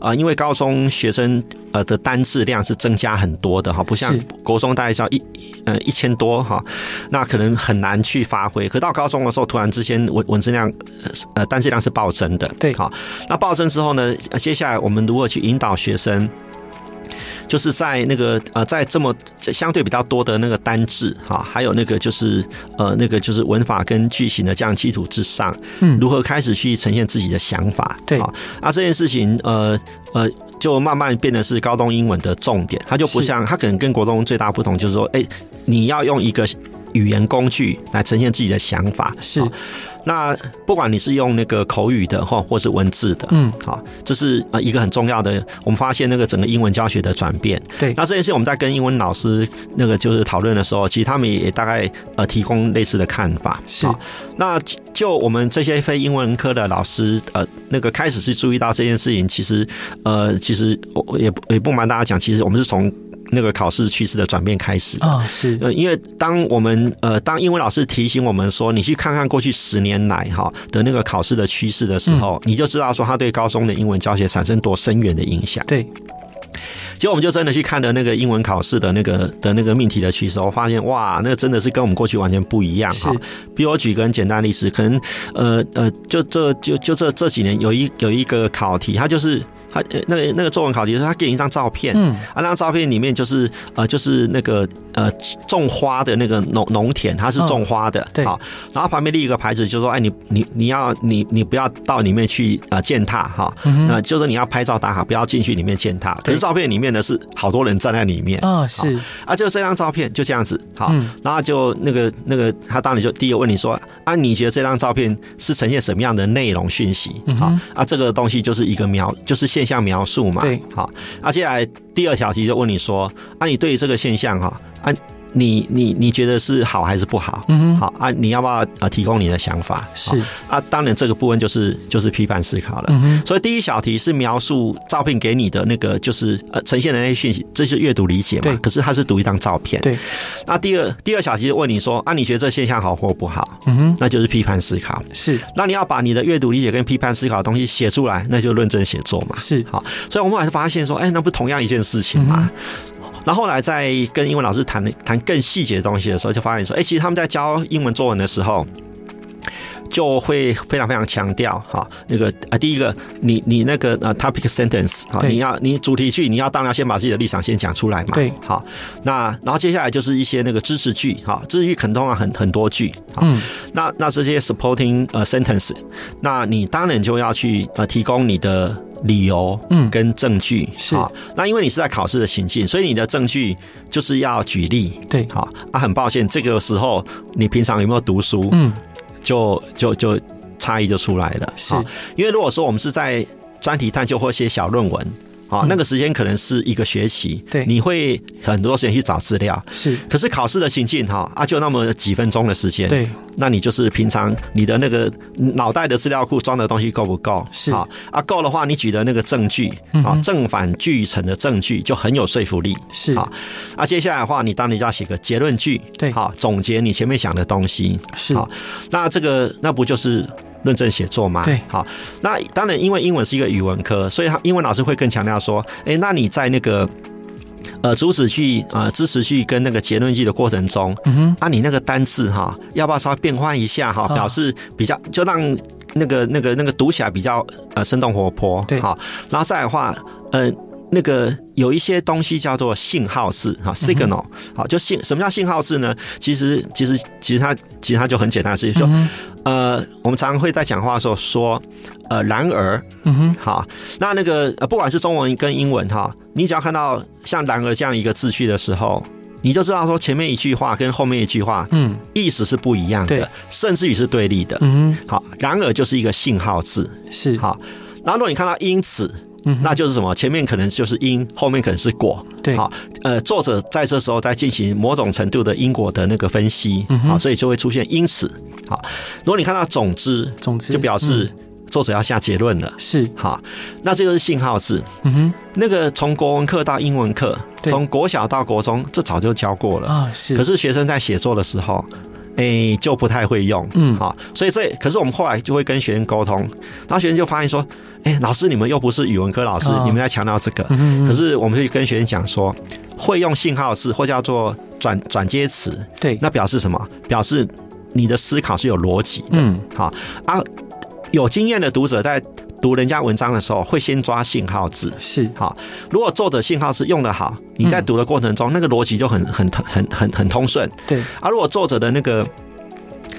[SPEAKER 2] 呃，因为高中学生呃的单字量是增加很多的哈，不像
[SPEAKER 1] 是
[SPEAKER 2] 国中大概要一呃一千多哈，那可能很难去发挥。可到高中的时候，突然之间文文字量呃单字量是暴增的，
[SPEAKER 1] 对
[SPEAKER 2] 好。那暴增之后呢，呃接下来我们如何去引导学生？就是在那个呃，在这么这相对比较多的那个单字哈、还有那个就是呃，那个就是文法跟句型的这样基础之上，
[SPEAKER 1] 嗯
[SPEAKER 2] 如何开始去呈现自己的想法？
[SPEAKER 1] 对
[SPEAKER 2] 好啊，这件事情呃呃，就慢慢变得是高中英文的重点，它就不
[SPEAKER 1] 是
[SPEAKER 2] 像它可能跟国中最大不同就是说，哎、你要用一个语言工具来呈现自己的想法。
[SPEAKER 1] 是
[SPEAKER 2] 好，那不管你是用那个口语的或或是文字的，
[SPEAKER 1] 嗯，
[SPEAKER 2] 好，这是呃一个很重要的，我们发现那个整个英文教学的转变。
[SPEAKER 1] 对
[SPEAKER 2] 那这件事我们在跟英文老师那个就是讨论的时候，其实他们也大概呃提供类似的看法。
[SPEAKER 1] 是
[SPEAKER 2] 好那就就我们这些非英文科的老师，呃，那个开始去注意到这件事情，其实呃，其实我我也不也不瞒大家讲，其实我们是从那个考试趋势的转变开始的。
[SPEAKER 1] 啊，是，
[SPEAKER 2] 呃，因为当我们呃，当英文老师提醒我们说，你去看看过去十年来哈的那个考试的趋势的时候，你就知道说他对高中的英文教学产生多深远的影响。
[SPEAKER 1] 对，
[SPEAKER 2] 结果我们就真的去看了那个英文考试的那个的那个命题的趋势，我发现哇，那个真的是跟我们过去完全不一样
[SPEAKER 1] 是
[SPEAKER 2] 哈。比如我举个很简单的例子，可能呃呃，就这就就这这几年有一有一个考题，它就是。他呃那个那个作文考题，就是他给你一张照片，
[SPEAKER 1] 嗯
[SPEAKER 2] 啊，那张照片里面就是呃，就是那个呃种花的那个农农田，它是种花的，
[SPEAKER 1] 嗯对
[SPEAKER 2] 好，然后旁边立一个牌子，就说，哎，你你你要你你不要到里面去啊、呃践踏哈，那、
[SPEAKER 1] 嗯哼
[SPEAKER 2] 呃、就是你要拍照打卡，不要进去里面践踏。可是照片里面呢是好多人站在里面，
[SPEAKER 1] 啊，是，
[SPEAKER 2] 啊，就这张照片就这样子，好，
[SPEAKER 1] 嗯
[SPEAKER 2] 然后就那个那个，他当然就第一个问你说，啊，你觉得这张照片是呈现什么样的内容讯息？
[SPEAKER 1] 嗯
[SPEAKER 2] 好
[SPEAKER 1] 哼，
[SPEAKER 2] 啊，这个东西就是一个描，就是现象描述嘛，
[SPEAKER 1] 对，
[SPEAKER 2] 好，啊，接下来第二小题就问你说，啊，你对于这个现象哈，啊，你你你觉得是好还是不好？
[SPEAKER 1] 嗯哼，
[SPEAKER 2] 好啊，你要不要呃提供你的想法？
[SPEAKER 1] 是，
[SPEAKER 2] 啊，当然这个部分就是就是批判思考了。
[SPEAKER 1] 嗯哼，
[SPEAKER 2] 所以第一小题是描述照片给你的那个，就是呃呈现的那些讯息，这是阅读理解
[SPEAKER 1] 对
[SPEAKER 2] 嘛？可是它是读一张照片。
[SPEAKER 1] 对，
[SPEAKER 2] 那第二第二小题就问你说啊，你觉得这现象好或不好？
[SPEAKER 1] 嗯哼，
[SPEAKER 2] 那就是批判思考。
[SPEAKER 1] 是
[SPEAKER 2] 那你要把你的阅读理解跟批判思考的东西写出来，那就论证写作嘛。
[SPEAKER 1] 是，嗯
[SPEAKER 2] 好，所以我们还是发现说，哎、那不同样一件事情吗？然后后来在跟英文老师谈谈更细节的东西的时候，就发现说，哎、其实他们在教英文作文的时候。就会非常非常强调哈，那个啊，第一个，你你那个呃，topic sentence 啊，
[SPEAKER 1] 对
[SPEAKER 2] 你要你主题句，你要当然先把自己的立场先讲出来嘛，
[SPEAKER 1] 对，
[SPEAKER 2] 好，那然后接下来就是一些那个支持句哈，支持句可能通常很很多句，好，
[SPEAKER 1] 嗯，
[SPEAKER 2] 那那这些 supporting 呃 sentence，那你当然就要去呃提供你的理由，
[SPEAKER 1] 嗯
[SPEAKER 2] 跟证据
[SPEAKER 1] 是
[SPEAKER 2] 好那因为你是在考试的情境，所以你的证据就是要举例。
[SPEAKER 1] 对，
[SPEAKER 2] 好啊，很抱歉，这个时候你平常有没有读书，
[SPEAKER 1] 嗯，
[SPEAKER 2] 就就就差异就出来了。
[SPEAKER 1] 是
[SPEAKER 2] 好，因为如果说我们是在专题探究或写小论文，好、
[SPEAKER 1] 嗯
[SPEAKER 2] 那个时间可能是一个学期，
[SPEAKER 1] 对
[SPEAKER 2] 你会很多时间去找资料。
[SPEAKER 1] 是，
[SPEAKER 2] 可是考试的情境哈啊，就那么几分钟的时间，
[SPEAKER 1] 对，
[SPEAKER 2] 那你就是平常你的那个脑袋的资料库装的东西够不够？
[SPEAKER 1] 是
[SPEAKER 2] 好啊，够的话，你举的那个证据
[SPEAKER 1] 嗯
[SPEAKER 2] 啊
[SPEAKER 1] 哼，
[SPEAKER 2] 正反俱成的证据就很有说服力。
[SPEAKER 1] 是，
[SPEAKER 2] 好啊，接下来的话，你当然就要写个结论句，
[SPEAKER 1] 对
[SPEAKER 2] 好总结你前面想的东西。
[SPEAKER 1] 是，
[SPEAKER 2] 好那这个那不就是论证写作吗？
[SPEAKER 1] 对
[SPEAKER 2] 好，那当然，因为英文是一个语文科，所以他英文老师会更强调说，诶，那你在那个呃主旨句、呃支持句跟那个结论句的过程中，
[SPEAKER 1] 嗯哼，
[SPEAKER 2] 啊，你那个单字哈，要不要稍微变换一下哈，
[SPEAKER 1] 啊
[SPEAKER 2] 表示比较就让那个那个那个读起来比较呃生动活泼，
[SPEAKER 1] 对
[SPEAKER 2] 好，然后再来的话，呃，那个有一些东西叫做信号式哈，signal，、好，
[SPEAKER 1] 嗯
[SPEAKER 2] 就信什么叫信号式呢？其实其实其实它其实它就很简单的事情，就、
[SPEAKER 1] 嗯哼，
[SPEAKER 2] 呃，我们常会在讲话的时候说，呃，然而，
[SPEAKER 1] 嗯哼，
[SPEAKER 2] 好，那那个呃，不管是中文跟英文哈，你只要看到像“然而”这样一个字句的时候，你就知道说前面一句话跟后面一句话
[SPEAKER 1] 嗯，
[SPEAKER 2] 意思是不一样
[SPEAKER 1] 对
[SPEAKER 2] 的，甚至于是对立的。
[SPEAKER 1] 嗯哼，
[SPEAKER 2] 好，然而就是一个信号字。
[SPEAKER 1] 是，
[SPEAKER 2] 好，然后如果你看到因此，
[SPEAKER 1] 嗯哼，
[SPEAKER 2] 那就是什么？前面可能就是因，后面可能是果。
[SPEAKER 1] 对，
[SPEAKER 2] 好，呃，作者在这时候在进行某种程度的因果的那个分析
[SPEAKER 1] 嗯，哼
[SPEAKER 2] 好，所以就会出现因此。好，如果你看到总之，
[SPEAKER 1] 总之
[SPEAKER 2] 就表示
[SPEAKER 1] 嗯
[SPEAKER 2] 作者要下结论了。
[SPEAKER 1] 是，
[SPEAKER 2] 好，那这就是信号字。
[SPEAKER 1] 嗯
[SPEAKER 2] 那个从国文课到英文课，
[SPEAKER 1] 对
[SPEAKER 2] 从国小到国中，这早就教过
[SPEAKER 1] 哼，
[SPEAKER 2] 了。
[SPEAKER 1] 啊，是，
[SPEAKER 2] 呃可，是学生在写作的时候，哎、就不太会用。
[SPEAKER 1] 嗯，
[SPEAKER 2] 好，所以这可是我们后来就会跟学生沟通，然后学生就发现说，哎、老师你们又不是语文科老师，
[SPEAKER 1] 啊
[SPEAKER 2] 你们在强调这个，
[SPEAKER 1] 嗯哼，
[SPEAKER 2] 可
[SPEAKER 1] 嗯
[SPEAKER 2] 是我们会跟学生讲说，会用信号字或叫做转转接词，
[SPEAKER 1] 对，
[SPEAKER 2] 那表示什么？表示你的思考是有逻辑的。
[SPEAKER 1] 嗯，
[SPEAKER 2] 好啊，有经验的读者在读人家文章的时候，会先抓信号字。
[SPEAKER 1] 是，
[SPEAKER 2] 好，如果作者信号字用得好，你
[SPEAKER 1] 嗯
[SPEAKER 2] 在读的过程中，那个逻辑就很很很很很通顺
[SPEAKER 1] 对，
[SPEAKER 2] 啊。如果作者的那个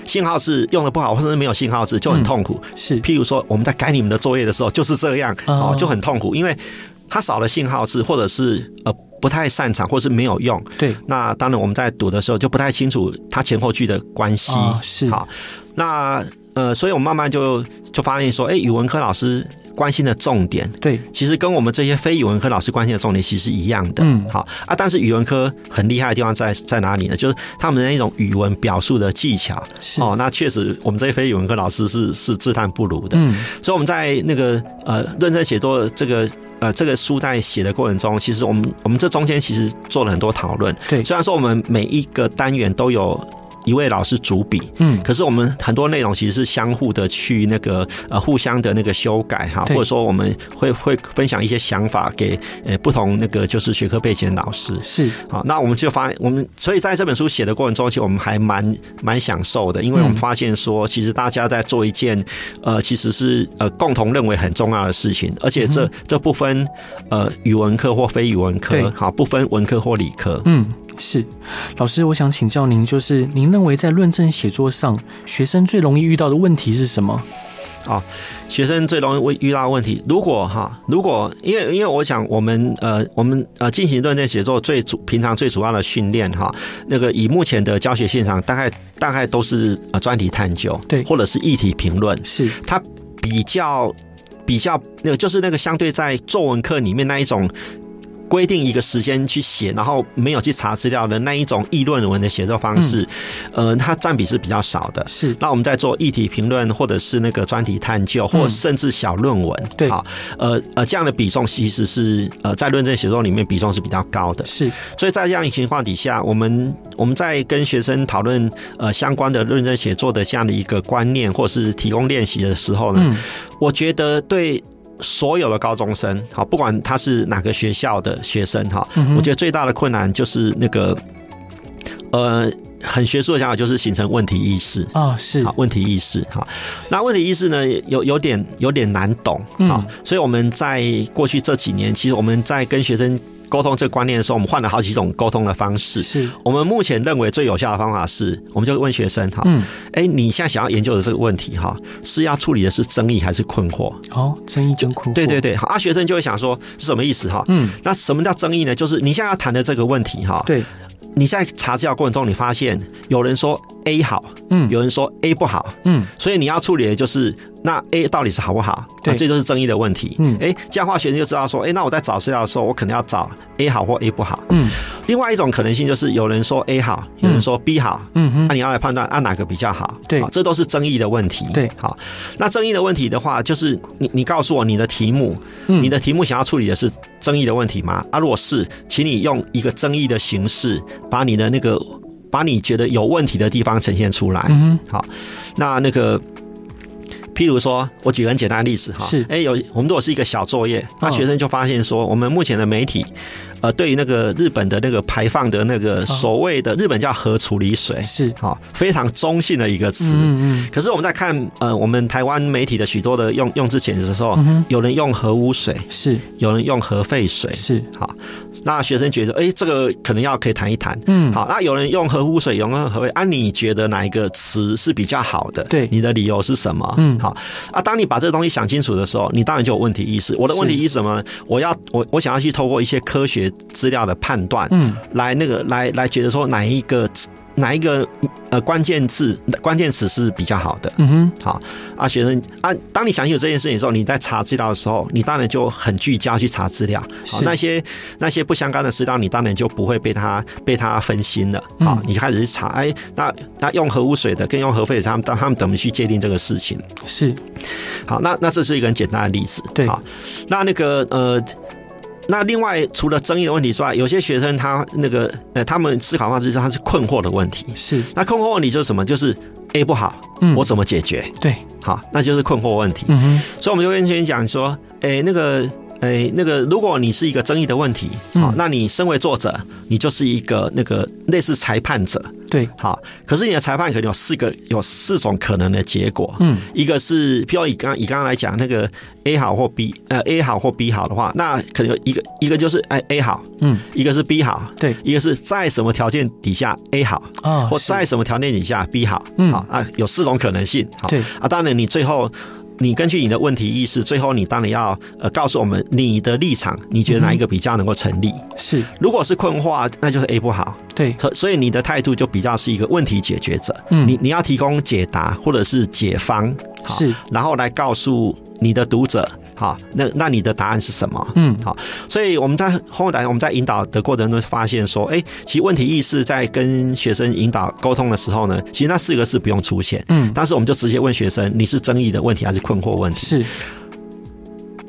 [SPEAKER 2] 信号字用的不好，或者是没有信号字，就
[SPEAKER 1] 嗯
[SPEAKER 2] 很痛苦。
[SPEAKER 1] 是，
[SPEAKER 2] 譬如说，我们在改你们的作业的时候就是这样，
[SPEAKER 1] 哦
[SPEAKER 2] 哦，就很痛苦，因为它少了信号字，或者是呃不太擅长，或是没有用。
[SPEAKER 1] 对，
[SPEAKER 2] 那当然，我们在读的时候就不太清楚它前后句的关系。
[SPEAKER 1] 啊，是，
[SPEAKER 2] 好，那呃，所以我慢慢就就发现说，哎、语文科老师关心的重点，
[SPEAKER 1] 对，
[SPEAKER 2] 其实跟我们这些非语文科老师关心的重点其实是一样的。
[SPEAKER 1] 嗯
[SPEAKER 2] 好啊，但是语文科很厉害的地方在在哪里呢？就是他们的那种语文表述的技巧。
[SPEAKER 1] 是，
[SPEAKER 2] 哦，那确实，我们这些非语文科老师是是自叹不如的。
[SPEAKER 1] 嗯，
[SPEAKER 2] 所以我们在那个呃认真写作这个呃这个书在写的过程中，其实我们我们这中间其实做了很多讨论。
[SPEAKER 1] 对，
[SPEAKER 2] 虽然说我们每一个单元都有一位老师主笔，
[SPEAKER 1] 嗯
[SPEAKER 2] 可是我们很多内容其实是相互的去那个呃互相的那个修改哈，
[SPEAKER 1] 对
[SPEAKER 2] 或者说我们会会分享一些想法给呃不同那个就是学科背景的老师。
[SPEAKER 1] 是
[SPEAKER 2] 好，那我们就发我们，所以在这本书写的过程中，其实我们还蛮蛮享受的，因为我们
[SPEAKER 1] 嗯
[SPEAKER 2] 发现说，其实大家在做一件呃，其实是呃共同认为很重要的事情，而且
[SPEAKER 1] 嗯
[SPEAKER 2] 这、这不分呃语文科或非语文
[SPEAKER 1] 对
[SPEAKER 2] 科，好不分文科或理科。
[SPEAKER 1] 嗯，是，老师，我想请教您，就是您认为在论证写作上，学生最容易遇到的问题是什么？
[SPEAKER 2] 学生最容易会遇到的问题，如果哈，如果因为因为我想我们呃我们呃进行论证写作最主平常最主要的训练哈，那个以目前的教学现场，大概大概都是呃专题探究，
[SPEAKER 1] 对
[SPEAKER 2] 或者是议题评论，
[SPEAKER 1] 是
[SPEAKER 2] 它比较比较那个就是那个相对在作文课里面那一种。规定一个时间去写，然后没有去查资料的那一种议论文的写作方式，呃，它占比是比较少的。
[SPEAKER 1] 是，
[SPEAKER 2] 那我们在做议题评论，或者是那个专题探究，或甚至小论文，
[SPEAKER 1] 对
[SPEAKER 2] 好，呃呃，这样的比重其实是呃在论证写作里面比重是比较高的。
[SPEAKER 1] 是
[SPEAKER 2] 所以在这样的情况底下，我们我们在跟学生讨论呃相关的论证写作的这样的一个观念，或是提供练习的时候呢，
[SPEAKER 1] 嗯
[SPEAKER 2] 我觉得对。所有的高中生，好，不管他是哪个学校的学生，哈、
[SPEAKER 1] 嗯哼
[SPEAKER 2] 我觉得最大的困难就是那个，呃，很学术的想法，就是形成问题意识。
[SPEAKER 1] 啊，是
[SPEAKER 2] 好，问题意识哈。那问题意识呢，有有点有点难懂啊、
[SPEAKER 1] 嗯
[SPEAKER 2] 所以我们在过去这几年，其实我们在跟学生沟通这个观念的时候，我们换了好几种沟通的方式。
[SPEAKER 1] 是，
[SPEAKER 2] 我们目前认为最有效的方法是，我们就问学生哈，
[SPEAKER 1] 嗯，
[SPEAKER 2] 哎、你现在想要研究的这个问题哈，是要处理的是争议还是困惑？
[SPEAKER 1] 哦，争议真酷，
[SPEAKER 2] 对对，对，好啊，学生就会想说是什么意思哈？
[SPEAKER 1] 嗯，
[SPEAKER 2] 那什么叫争议呢？就是你现在要谈的这个问题哈，
[SPEAKER 1] 对，
[SPEAKER 2] 你在查资料过程中，你发现有人说 A 好，
[SPEAKER 1] 嗯
[SPEAKER 2] 有人说 A 不好，
[SPEAKER 1] 嗯
[SPEAKER 2] 所以你要处理的就是那 A 到底是好不好？
[SPEAKER 1] 对
[SPEAKER 2] 啊这就是争议的问题。
[SPEAKER 1] 嗯
[SPEAKER 2] 哎，这样的话学生就知道说，哎，那我在找资料的时候，我可能要找 A 好或 A 不好。
[SPEAKER 1] 嗯
[SPEAKER 2] 另外一种可能性就是有人说 A 好，有人说 B 好，
[SPEAKER 1] 嗯
[SPEAKER 2] 那、
[SPEAKER 1] 哼，
[SPEAKER 2] 你要来判断按、啊、哪个比较好。
[SPEAKER 1] 对
[SPEAKER 2] 好这都是争议的问题。
[SPEAKER 1] 对
[SPEAKER 2] 好，那争议的问题的话，就是你你告诉我你的题目，
[SPEAKER 1] 嗯
[SPEAKER 2] 你的题目想要处理的是争议的问题吗？啊，如果是，请你用一个争议的形式，把你的那个把你觉得有问题的地方呈现出来。
[SPEAKER 1] 嗯哼，
[SPEAKER 2] 那那个，譬如说，我举个很简单的例子哈，
[SPEAKER 1] 是
[SPEAKER 2] 哎、有我们如果是一个小作业，那
[SPEAKER 1] 嗯
[SPEAKER 2] 学生就发现说，我们目前的媒体，呃，对于那个日本的那个排放的那
[SPEAKER 1] 哦
[SPEAKER 2] 个所谓的日本叫核处理水，
[SPEAKER 1] 是，
[SPEAKER 2] 好、非常中性的一个词。
[SPEAKER 1] 嗯嗯
[SPEAKER 2] 可是我们在看呃，我们台湾媒体的许多的用用字遣词的时候，
[SPEAKER 1] 嗯哼，
[SPEAKER 2] 有人用核污水，
[SPEAKER 1] 嗯是
[SPEAKER 2] 有人用核废水，
[SPEAKER 1] 是，
[SPEAKER 2] 好，那学生觉得，哎、这个可能要可以谈一谈。
[SPEAKER 1] 嗯，
[SPEAKER 2] 好，那有人用核污水，有人用核废，啊，你觉得哪一个词是比较好的？
[SPEAKER 1] 对
[SPEAKER 2] 你的理由是什么？
[SPEAKER 1] 嗯
[SPEAKER 2] 好啊，当你把这个东西想清楚的时候，你当然就有问题意识。我的问题意识是什么呢？我要我我想要去透过一些科学资料的判断，
[SPEAKER 1] 嗯
[SPEAKER 2] 来那个来来觉得说哪一个哪一个呃关键字关键词是比较好的。
[SPEAKER 1] 嗯哼，
[SPEAKER 2] 好啊，学生啊，当你想清楚这件事情的时候，你在查资料的时候，你当然就很聚焦去查资料。好，
[SPEAKER 1] 是
[SPEAKER 2] 那些那些不相干的资料，你当然就不会被它被它分心了。好，
[SPEAKER 1] 嗯
[SPEAKER 2] 你开始去查，哎，那那用核污水的跟用核废水，他们他们怎么去界定这个事情？
[SPEAKER 1] 是，
[SPEAKER 2] 好，那那这是一个很简单的例子。
[SPEAKER 1] 对
[SPEAKER 2] 好，那那个呃。那另外，除了争议的问题之外，有些学生他那个呃，他们思考方式就是他是困惑的问题。
[SPEAKER 1] 是，
[SPEAKER 2] 那困惑问题就是什么？就是 A 不好，
[SPEAKER 1] 嗯，
[SPEAKER 2] 我怎么解决？
[SPEAKER 1] 对，
[SPEAKER 2] 好，那就是困惑问题。
[SPEAKER 1] 嗯哼，
[SPEAKER 2] 所以我们就跟学员讲说，诶、那个，诶、那个，如果你是一个争议的问题，
[SPEAKER 1] 嗯
[SPEAKER 2] 好、那你身为作者，你就是一个那个类似裁判者，
[SPEAKER 1] 对，
[SPEAKER 2] 好，可是你的裁判可能有四个，有四种可能的结果。
[SPEAKER 1] 嗯
[SPEAKER 2] 一个是，譬如以刚以刚刚来讲，那个 A 好或 B，呃 A 好或 B 好的话，那可能有一个一个就是哎 A 好，
[SPEAKER 1] 嗯，
[SPEAKER 2] 一个是 B 好，
[SPEAKER 1] 对，
[SPEAKER 2] 一个是在什么条件底下 A 好，
[SPEAKER 1] 啊，
[SPEAKER 2] 或
[SPEAKER 1] 是
[SPEAKER 2] 在什么条件底下 B 好，
[SPEAKER 1] 嗯
[SPEAKER 2] 好啊，有四种可能性，好，
[SPEAKER 1] 对，
[SPEAKER 2] 啊，当然你最后。你根据你的问题意识，最后你当然要呃告诉我们你的立场，你觉得哪一个比较能够成立？
[SPEAKER 1] 是，
[SPEAKER 2] 如果是困惑，那就是 A 不好，
[SPEAKER 1] 对，
[SPEAKER 2] 所所以你的态度就比较是一个问题解决者，
[SPEAKER 1] 嗯
[SPEAKER 2] 你你要提供解答或者是解方，好
[SPEAKER 1] 是，
[SPEAKER 2] 然后来告诉你的读者，好，那那你的答案是什么？
[SPEAKER 1] 嗯，
[SPEAKER 2] 所以我们在后来我们在引导的过程中发现说，哎，其实问题意识在跟学生引导沟通的时候呢，其实那四个字不用出现。
[SPEAKER 1] 嗯，
[SPEAKER 2] 当时我们就直接问学生，你是争议的问题还是困惑问题？
[SPEAKER 1] 是，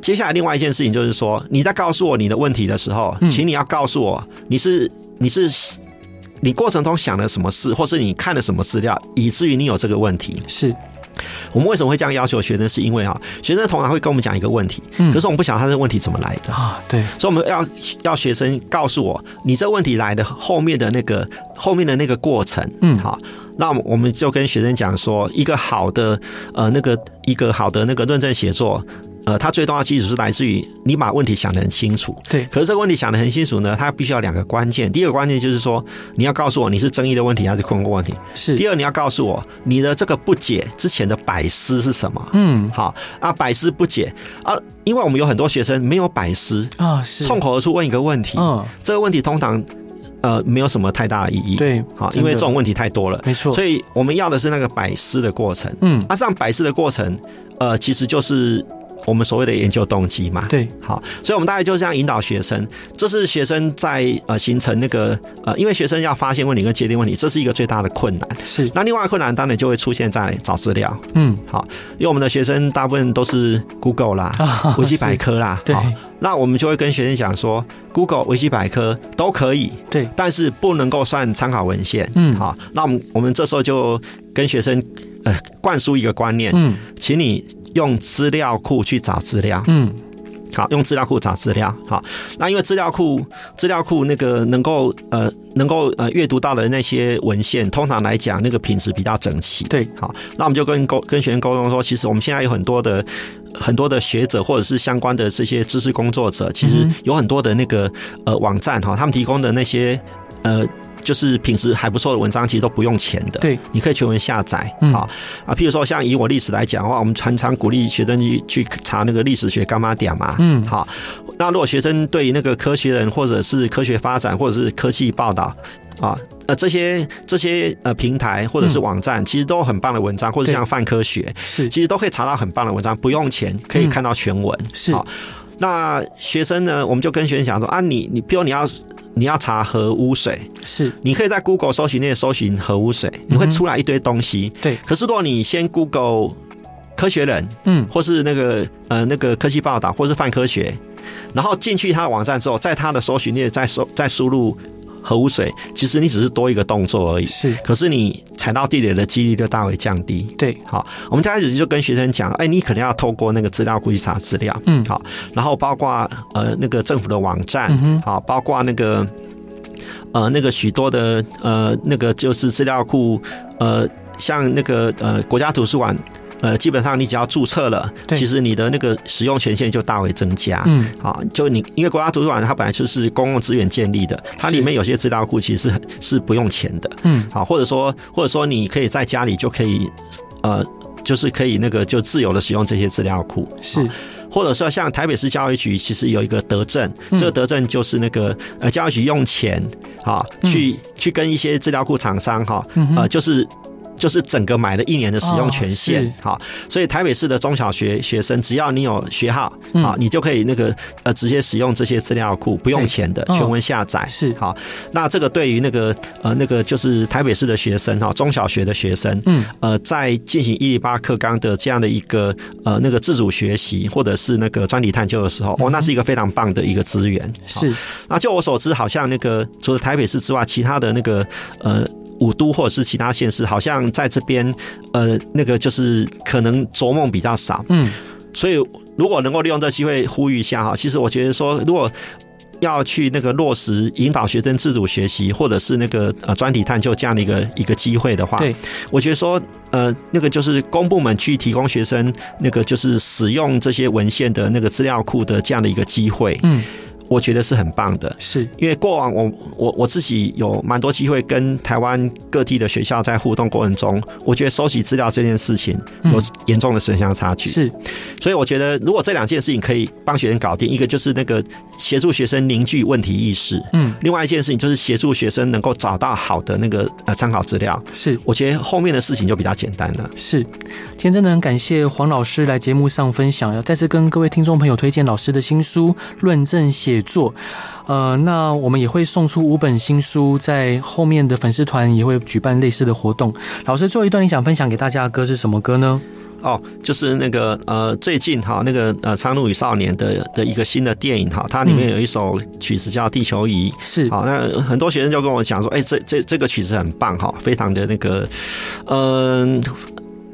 [SPEAKER 2] 接下来另外一件事情就是说，你在告诉我你的问题的时候
[SPEAKER 1] 嗯，
[SPEAKER 2] 请你要告诉我你是你是你过程中想了什么事，或是你看了什么资料，以至于你有这个问题。
[SPEAKER 1] 是
[SPEAKER 2] 我们为什么会这样要求学生？是因为啊，学生通常会跟我们讲一个问题，
[SPEAKER 1] 嗯
[SPEAKER 2] 可是我们不晓得他的问题怎么来的，
[SPEAKER 1] 啊，对，
[SPEAKER 2] 所以我们要要学生告诉我，你这问题来的后面的那个后面的那个过程。
[SPEAKER 1] 嗯
[SPEAKER 2] 好，那我们就跟学生讲说，一个好的呃那个一个好的那个论证写作，呃，它最重要的基础是来自于你把问题想得很清楚。
[SPEAKER 1] 对，
[SPEAKER 2] 可是这个问题想得很清楚呢，它必须要两个关键。第一个关键就是说，你要告诉我你是争议的问题还是困惑问题。
[SPEAKER 1] 是，
[SPEAKER 2] 第二，你要告诉我你的这个不解之前的百思是什么。
[SPEAKER 1] 嗯
[SPEAKER 2] 好啊，百思不解啊，因为我们有很多学生没有百思，
[SPEAKER 1] 啊是，
[SPEAKER 2] 冲口而出问一个问题，
[SPEAKER 1] 嗯，
[SPEAKER 2] 这个问题通常呃没有什么太大的意义。，
[SPEAKER 1] 对，
[SPEAKER 2] 好，
[SPEAKER 1] 真
[SPEAKER 2] 因
[SPEAKER 1] 的
[SPEAKER 2] 为这种问题太多了，
[SPEAKER 1] 没错，
[SPEAKER 2] 所以我们要的是那个百思的过程。
[SPEAKER 1] 嗯
[SPEAKER 2] 啊，这样百思的过程，呃，其实就是我们所谓的研究动机嘛。 *laughs*
[SPEAKER 1] 对，
[SPEAKER 2] 好，所以我们大概就这样引导学生，这是学生在呃形成那个呃，因为学生要发现问题跟界定问题，这是一个最大的困难。
[SPEAKER 1] 是，
[SPEAKER 2] 那另外的困难当然就会出现在找资料，
[SPEAKER 1] 嗯
[SPEAKER 2] 因为我们的学生大部分都是 Google 啦、
[SPEAKER 1] *laughs* 啊
[SPEAKER 2] 维基百
[SPEAKER 1] 是
[SPEAKER 2] 科啦，
[SPEAKER 1] 对
[SPEAKER 2] 好那我们就会跟学生讲说，Google、维基百科都可以，
[SPEAKER 1] 对，
[SPEAKER 2] 但是不能够算参考文献。
[SPEAKER 1] 嗯
[SPEAKER 2] 好，那我们我们这时候就跟学生呃灌输一个观念，
[SPEAKER 1] 嗯
[SPEAKER 2] 请你用资料库去找资料。
[SPEAKER 1] 嗯
[SPEAKER 2] 好，用资料库找资料。好，那因为资料库资料库那个能够呃能够呃阅读到的那些文献，通常来讲那个品质比较整齐。
[SPEAKER 1] 对，
[SPEAKER 2] 好，那我们就跟沟跟学员沟通说，其实我们现在有很多的很多的学者或者是相关的这些知识工作者，其实
[SPEAKER 1] 嗯哼
[SPEAKER 2] 有很多的那个呃网站哈，他们提供的那些呃。就是品质还不错的文章，其实都不用钱的。
[SPEAKER 1] 对，
[SPEAKER 2] 你可以全文下载。
[SPEAKER 1] 嗯
[SPEAKER 2] 好啊，譬如说像以我历史来讲的话，我们常常鼓励学生去去查那个历史学干嘛点嘛。
[SPEAKER 1] 嗯
[SPEAKER 2] 好，那如果学生对于那个科学人或者是科学发展或者是科技报道啊，呃这些这些呃平台或者是
[SPEAKER 1] 嗯
[SPEAKER 2] 网站，其实都有很棒的文章，或者
[SPEAKER 1] 对
[SPEAKER 2] 像泛科学，
[SPEAKER 1] 是
[SPEAKER 2] 其实都可以查到很棒的文章，不用钱可以
[SPEAKER 1] 嗯
[SPEAKER 2] 看到全文。
[SPEAKER 1] 是
[SPEAKER 2] 好那学生呢，我们就跟学生讲说啊，你你譬如你要。你要查核污水，
[SPEAKER 1] 是，
[SPEAKER 2] 你可以在 Google 搜寻那些搜寻核污水，你会
[SPEAKER 1] 嗯哼
[SPEAKER 2] 出来一堆东西。
[SPEAKER 1] 对
[SPEAKER 2] 可是如果你先 Google 科学人，
[SPEAKER 1] 嗯
[SPEAKER 2] 或是那个呃那个科技报道，或是泛科学，然后进去他的网站之后，在他的搜寻列再搜再输入核污水，其实你只是多一个动作而已，
[SPEAKER 1] 是，
[SPEAKER 2] 可是你踩到地雷的几率就大为降低。
[SPEAKER 1] 对，
[SPEAKER 2] 好，我们刚开始就跟学生讲，哎，你可能要透过那个资料库去查资料，
[SPEAKER 1] 嗯
[SPEAKER 2] 好，然后包括呃那个政府的网站，
[SPEAKER 1] 嗯哼
[SPEAKER 2] 好，包括那个呃那个许多的呃那个就是资料库，呃，像那个呃国家图书馆，呃，基本上你只要注册了，
[SPEAKER 1] 对
[SPEAKER 2] 其实你的那个使用权限就大为增加，
[SPEAKER 1] 嗯
[SPEAKER 2] 啊，就你因为国家图书馆它本来就是公共资源建立的，它
[SPEAKER 1] 是
[SPEAKER 2] 里面有些资料库其实是很是不用钱的，
[SPEAKER 1] 嗯
[SPEAKER 2] 好，或者说或者说你可以在家里就可以，呃，就是可以那个就自由的使用这些资料库，
[SPEAKER 1] 是，
[SPEAKER 2] 或者说像台北市教育局其实有一个德政，
[SPEAKER 1] 嗯
[SPEAKER 2] 这个德政就是那个呃教育局用钱啊去、去跟一些资料库厂商哈、
[SPEAKER 1] 嗯哼
[SPEAKER 2] 呃就是。就是整个买了一年的使用权限
[SPEAKER 1] 哦，
[SPEAKER 2] 好、所以台北市的中小学学生，只要你有学号，
[SPEAKER 1] 嗯
[SPEAKER 2] 啊，你就可以那个呃直接使用这些资料库，不用
[SPEAKER 1] 对
[SPEAKER 2] 钱的，
[SPEAKER 1] 嗯
[SPEAKER 2] 全文下载、
[SPEAKER 1] 是
[SPEAKER 2] 好。那这个对于那个呃那个就是台北市的学生哈、中小学的学生，
[SPEAKER 1] 嗯
[SPEAKER 2] 呃，在进行一零八课纲的这样的一个呃那个自主学习或者是那个专题探究的时候，哦，那是一个非常棒的一个资源。好
[SPEAKER 1] 是，
[SPEAKER 2] 那就我所知，好像那个除了台北市之外，其他的那个呃。五都或者是其他县市，好像在这边，呃，那个就是可能着梦比较少，
[SPEAKER 1] 嗯
[SPEAKER 2] 所以如果能够利用这机会呼吁一下哈，其实我觉得说，如果要去那个落实引导学生自主学习，或者是那个呃专题探究这样的一个一个机会的话，
[SPEAKER 1] 对，
[SPEAKER 2] 我觉得说呃那个就是公部门去提供学生那个就是使用这些文献的那个资料库的这样的一个机会，
[SPEAKER 1] 嗯
[SPEAKER 2] 我觉得是很棒的。
[SPEAKER 1] 是，
[SPEAKER 2] 因为过往我我我自己有蛮多机会跟台湾各地的学校在互动过程中，我觉得收集资料这件事情
[SPEAKER 1] 嗯
[SPEAKER 2] 有严重的城乡差距。
[SPEAKER 1] 是
[SPEAKER 2] 所以我觉得，如果这两件事情可以帮学生搞定，一个就是那个协助学生凝聚问题意识，
[SPEAKER 1] 嗯
[SPEAKER 2] 另外一件事情就是协助学生能够找到好的那个呃参考资料。
[SPEAKER 1] 是。
[SPEAKER 2] 我觉得后面的事情就比较简单了。
[SPEAKER 1] 是，今天真的很感谢黄老师来节目上分享，要再次跟各位听众朋友推荐老师的新书《论证写作》。呃，那我们也会送出五本新书，在后面的粉丝团也会举办类似的活动。老师，最后一段你想分享给大家的歌是什么歌呢？
[SPEAKER 2] 哦，就是那个呃，最近哈、那个呃《苍鹭与少年的》的一个新的电影哈、它里面有一首曲子叫《地球仪》。
[SPEAKER 1] 是，
[SPEAKER 2] 好，那很多学生就跟我讲说，哎、这这这个曲子很棒哈，非常的那个，嗯、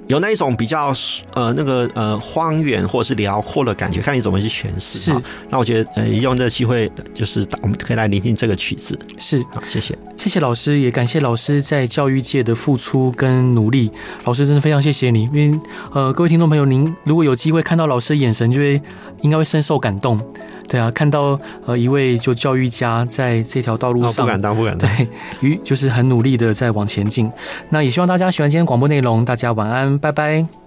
[SPEAKER 2] 有那一种比较呃那个呃荒远或者是辽阔的感觉，看你怎么去诠释。
[SPEAKER 1] 是
[SPEAKER 2] 哈那我觉得呃用这个机会，就是我们可以来聆听这个曲子。
[SPEAKER 1] 是，
[SPEAKER 2] 好，谢谢。
[SPEAKER 1] 谢谢老师，也感谢老师在教育界的付出跟努力。老师真的非常谢谢你，因为呃，各位听众朋友，您如果有机会看到老师的眼神，就会应该会深受感动。对啊，看到呃一位就教育家在这条道路
[SPEAKER 2] 哦，不
[SPEAKER 1] 上，
[SPEAKER 2] 敢当，不敢当。
[SPEAKER 1] 对，于就是很努力的在往前进。那也希望大家喜欢今天广播内容，大家晚安，拜拜。